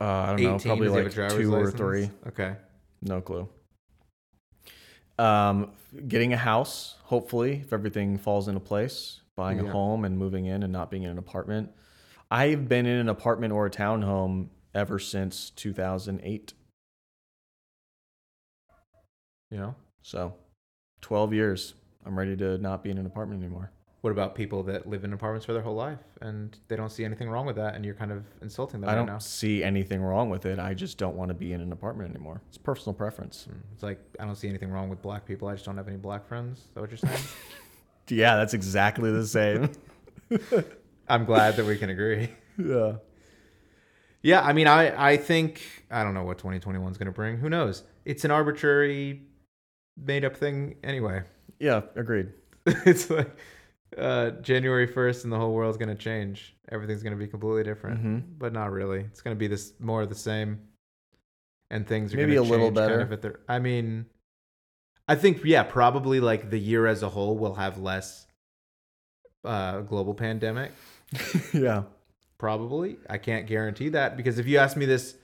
Speaker 3: Uh, I don't know,
Speaker 2: 18,
Speaker 3: probably
Speaker 2: does he have
Speaker 3: like
Speaker 2: a driver's
Speaker 3: two
Speaker 2: license?
Speaker 3: or three.
Speaker 2: Okay.
Speaker 3: No clue. Um, getting a house, hopefully, if everything falls into place, buying
Speaker 2: Yeah.
Speaker 3: a home and moving in and not being in an apartment. I've been in an apartment or a townhome ever since 2008.
Speaker 2: You know,
Speaker 3: So, 12 years. I'm ready to not be in an apartment anymore.
Speaker 2: what about people that live in apartments for their whole life and they don't see anything wrong with that and you're kind of insulting them
Speaker 3: I
Speaker 2: right
Speaker 3: don't
Speaker 2: now?
Speaker 3: see anything wrong with it. I just don't want to be in an apartment anymore. It's personal preference.
Speaker 2: It's like, I don't see anything wrong with black people. I just don't have any black friends. Is that what you're saying?
Speaker 3: Yeah, that's exactly the same.
Speaker 2: I'm glad that we can agree.
Speaker 3: yeah.
Speaker 2: Yeah, I mean, I, I think, I don't know what 2021 is going to bring. Who knows? It's an arbitrary, made up thing anyway.
Speaker 3: Yeah, agreed.
Speaker 2: it's like uh, January 1st and the whole world's going to change. Everything's going to be completely different,
Speaker 3: Mm-hmm.
Speaker 2: but not really. It's going to be this more of the same, and things are
Speaker 3: Maybe
Speaker 2: gonna
Speaker 3: a little
Speaker 2: change kind
Speaker 3: better.
Speaker 2: of at their- I mean, I think yeah, probably like the year as a whole will have less uh, global pandemic.
Speaker 3: yeah.
Speaker 2: Probably, I can't guarantee that because if you asked me this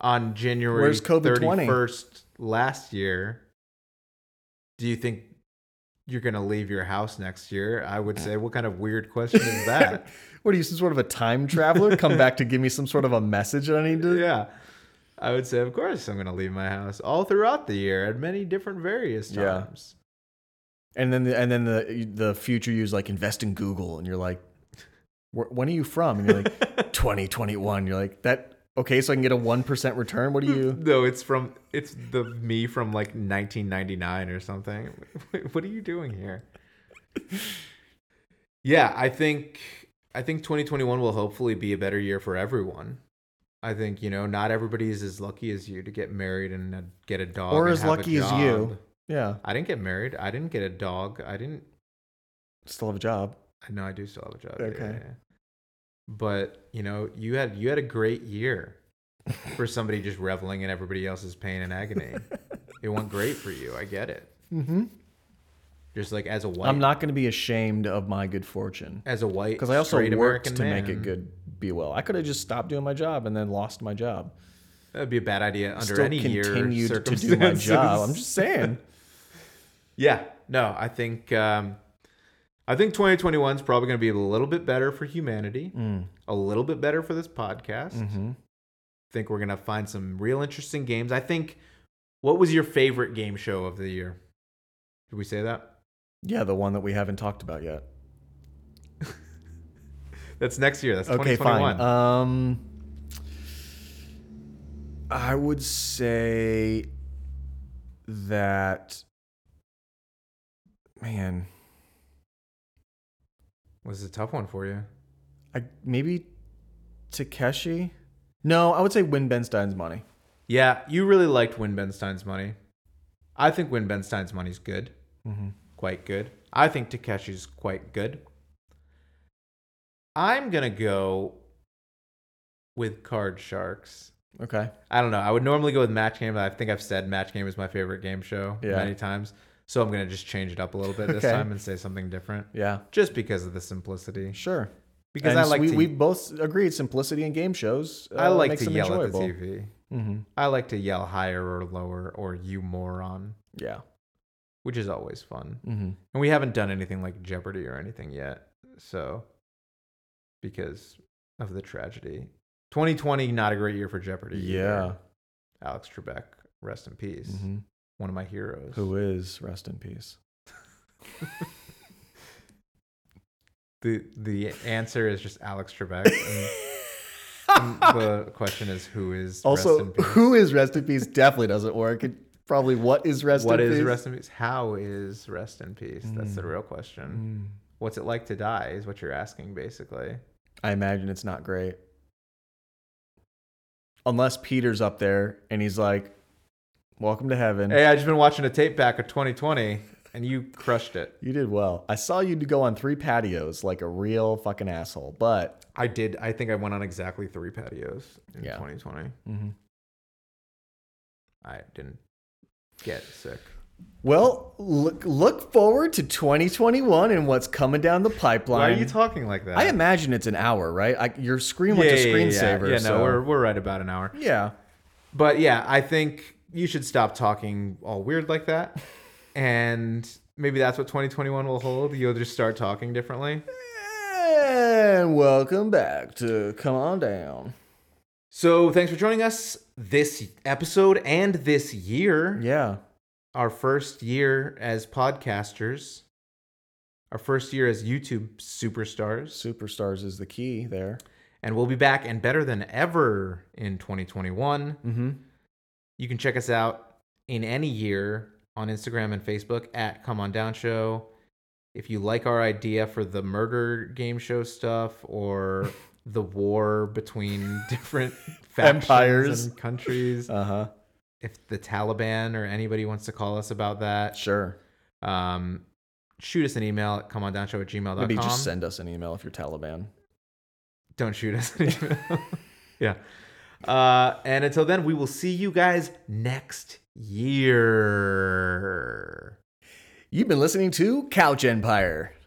Speaker 2: on January
Speaker 3: Where's COVID 20?
Speaker 2: 31st last year, do you think? You're gonna leave your house next year. I
Speaker 3: Eh.
Speaker 2: would say, what kind of weird question is that?
Speaker 3: What are you, some sort of a time traveler? Come back to give me some sort of a message that I need to.
Speaker 2: yeah. I would say, of course, I'm going to leave my house all throughout the year at many different various
Speaker 3: Yeah.
Speaker 2: times.
Speaker 3: And then, the, and then the the future you's like invest in Google, and you're like, "Wh- when are you from? And you're like, 2021. You're like that. Okay, so I can get a one percent return. What do you?
Speaker 2: No, it's from it's the me from like 1999 or something. What are you doing here? Yeah, I think I think 2021 will hopefully be a better year for everyone. I think you know not everybody is as lucky as you to get married and uh, get a dog,
Speaker 3: Or
Speaker 2: and
Speaker 3: as
Speaker 2: have a
Speaker 3: lucky as you.
Speaker 2: job.
Speaker 3: Yeah,
Speaker 2: I didn't get married. I didn't get a dog. I didn't
Speaker 3: still have a job.
Speaker 2: No, I do still have a job.
Speaker 3: Okay.
Speaker 2: But you know, you had you had a great year for somebody just reveling in everybody else's pain and agony. it went great for you. I get it.
Speaker 3: Mm-hmm.
Speaker 2: Just like as a white,
Speaker 3: I'm not going to be ashamed of my good fortune
Speaker 2: as a white
Speaker 3: because I also
Speaker 2: straight
Speaker 3: worked
Speaker 2: American
Speaker 3: to make it
Speaker 2: man,
Speaker 3: good. Be well. I could have just stopped doing my job and then lost my job.
Speaker 2: That would be a bad idea under
Speaker 3: Still
Speaker 2: any year
Speaker 3: continued to do my job. I'm just saying.
Speaker 2: Yeah. No, I think um, I think 2021 is probably going to be a little bit better for humanity,
Speaker 3: Mm.
Speaker 2: a little bit better for this podcast.
Speaker 3: Mm-hmm.
Speaker 2: think we're going to find some real interesting games. I think what was your favorite game show of the year? Did we say that?
Speaker 3: Yeah, the one that we haven't talked about yet.
Speaker 2: That's next year. That's
Speaker 3: Okay,
Speaker 2: 2021.
Speaker 3: fine. Um, I would say that, man,
Speaker 2: was a tough one for you.
Speaker 3: I maybe Takeshi. No, I would say win Ben Stein's money.
Speaker 2: Yeah, you really liked Win Ben Stein's money. I think Win Ben Stein's money's good. Mm-hmm. Quite good. I think Takeshi's quite good. I'm going to go with Card Sharks.
Speaker 3: Okay.
Speaker 2: I don't know. I would normally go with Match Game, but I think I've said Match Game is my favorite game show
Speaker 3: Yeah.
Speaker 2: many times. So I'm going to just change it up a little bit this
Speaker 3: Okay.
Speaker 2: time and say something different
Speaker 3: Yeah.
Speaker 2: just because of the simplicity.
Speaker 3: Sure.
Speaker 2: Because
Speaker 3: And
Speaker 2: I like
Speaker 3: we,
Speaker 2: to
Speaker 3: we both agreed simplicity in game shows.
Speaker 2: I
Speaker 3: uh,
Speaker 2: like
Speaker 3: makes
Speaker 2: to
Speaker 3: them
Speaker 2: yell
Speaker 3: enjoyable.
Speaker 2: at the TV.
Speaker 3: Mhm.
Speaker 2: I like to yell higher or lower or you moron,
Speaker 3: Yeah.
Speaker 2: which is always fun.
Speaker 3: Mm-hmm.
Speaker 2: And we haven't done anything like Jeopardy or anything yet. So because of the tragedy. 2020 not a great year for Jeopardy. either.
Speaker 3: Yeah.
Speaker 2: Alex Trebek, rest in peace.
Speaker 3: Mm-hmm.
Speaker 2: One of my heroes.
Speaker 3: Who is rest in peace?
Speaker 2: The the answer is just Alex Trebek. And, and the question is who is
Speaker 3: Also,
Speaker 2: rest in peace?
Speaker 3: who is rest in peace definitely doesn't work. It, probably what is rest
Speaker 2: What
Speaker 3: in
Speaker 2: is
Speaker 3: peace? Mm.
Speaker 2: rest in peace? How is rest in peace? That's the real question. What's it like to die? Is what you're asking basically.
Speaker 3: I imagine it's not great. Unless Peter's up there and he's like, "Welcome to heaven."
Speaker 2: Hey, I just been watching a tape back of 2020, and you crushed it.
Speaker 3: You did well. I saw you go on three patios like a real fucking asshole. But
Speaker 2: I did. I think I went on exactly three patios in
Speaker 3: Yeah.
Speaker 2: 2020. I didn't get sick.
Speaker 3: well, look look forward to 2021 and what's coming down the pipeline.
Speaker 2: Why are you talking like that?
Speaker 3: I imagine it's an hour, right? I, your screen went
Speaker 2: yeah,
Speaker 3: to
Speaker 2: yeah, yeah,
Speaker 3: screensaver.
Speaker 2: Yeah, no,
Speaker 3: so-
Speaker 2: we're we're right about an hour.
Speaker 3: yeah.
Speaker 2: But yeah, I think you should stop talking all weird like that. And maybe that's what 2021 will hold. You'll just start talking differently.
Speaker 3: And welcome back to Come On Down.
Speaker 2: So thanks for joining us this episode and this year.
Speaker 3: Yeah.
Speaker 2: Our first year as podcasters. Our first year as YouTube superstars.
Speaker 3: Superstars is the key there.
Speaker 2: And we'll be back and better than ever in 2021.
Speaker 3: Mm-hmm.
Speaker 2: You can check us out in any year on Instagram and Facebook at Come On Down Show. If you like our idea for the murder game show stuff or the war between different factions
Speaker 3: Empires.
Speaker 2: and countries,
Speaker 3: Uh-huh.
Speaker 2: if the Taliban or anybody wants to call us about that,
Speaker 3: Sure.
Speaker 2: um, shoot us an email at comeondownshow at gmail.com.
Speaker 3: Maybe just send us an email if you're Taliban.
Speaker 2: Don't shoot us an email. yeah. Uh, and until then, we will see you guys next year.
Speaker 3: You've been listening to Couch Empire.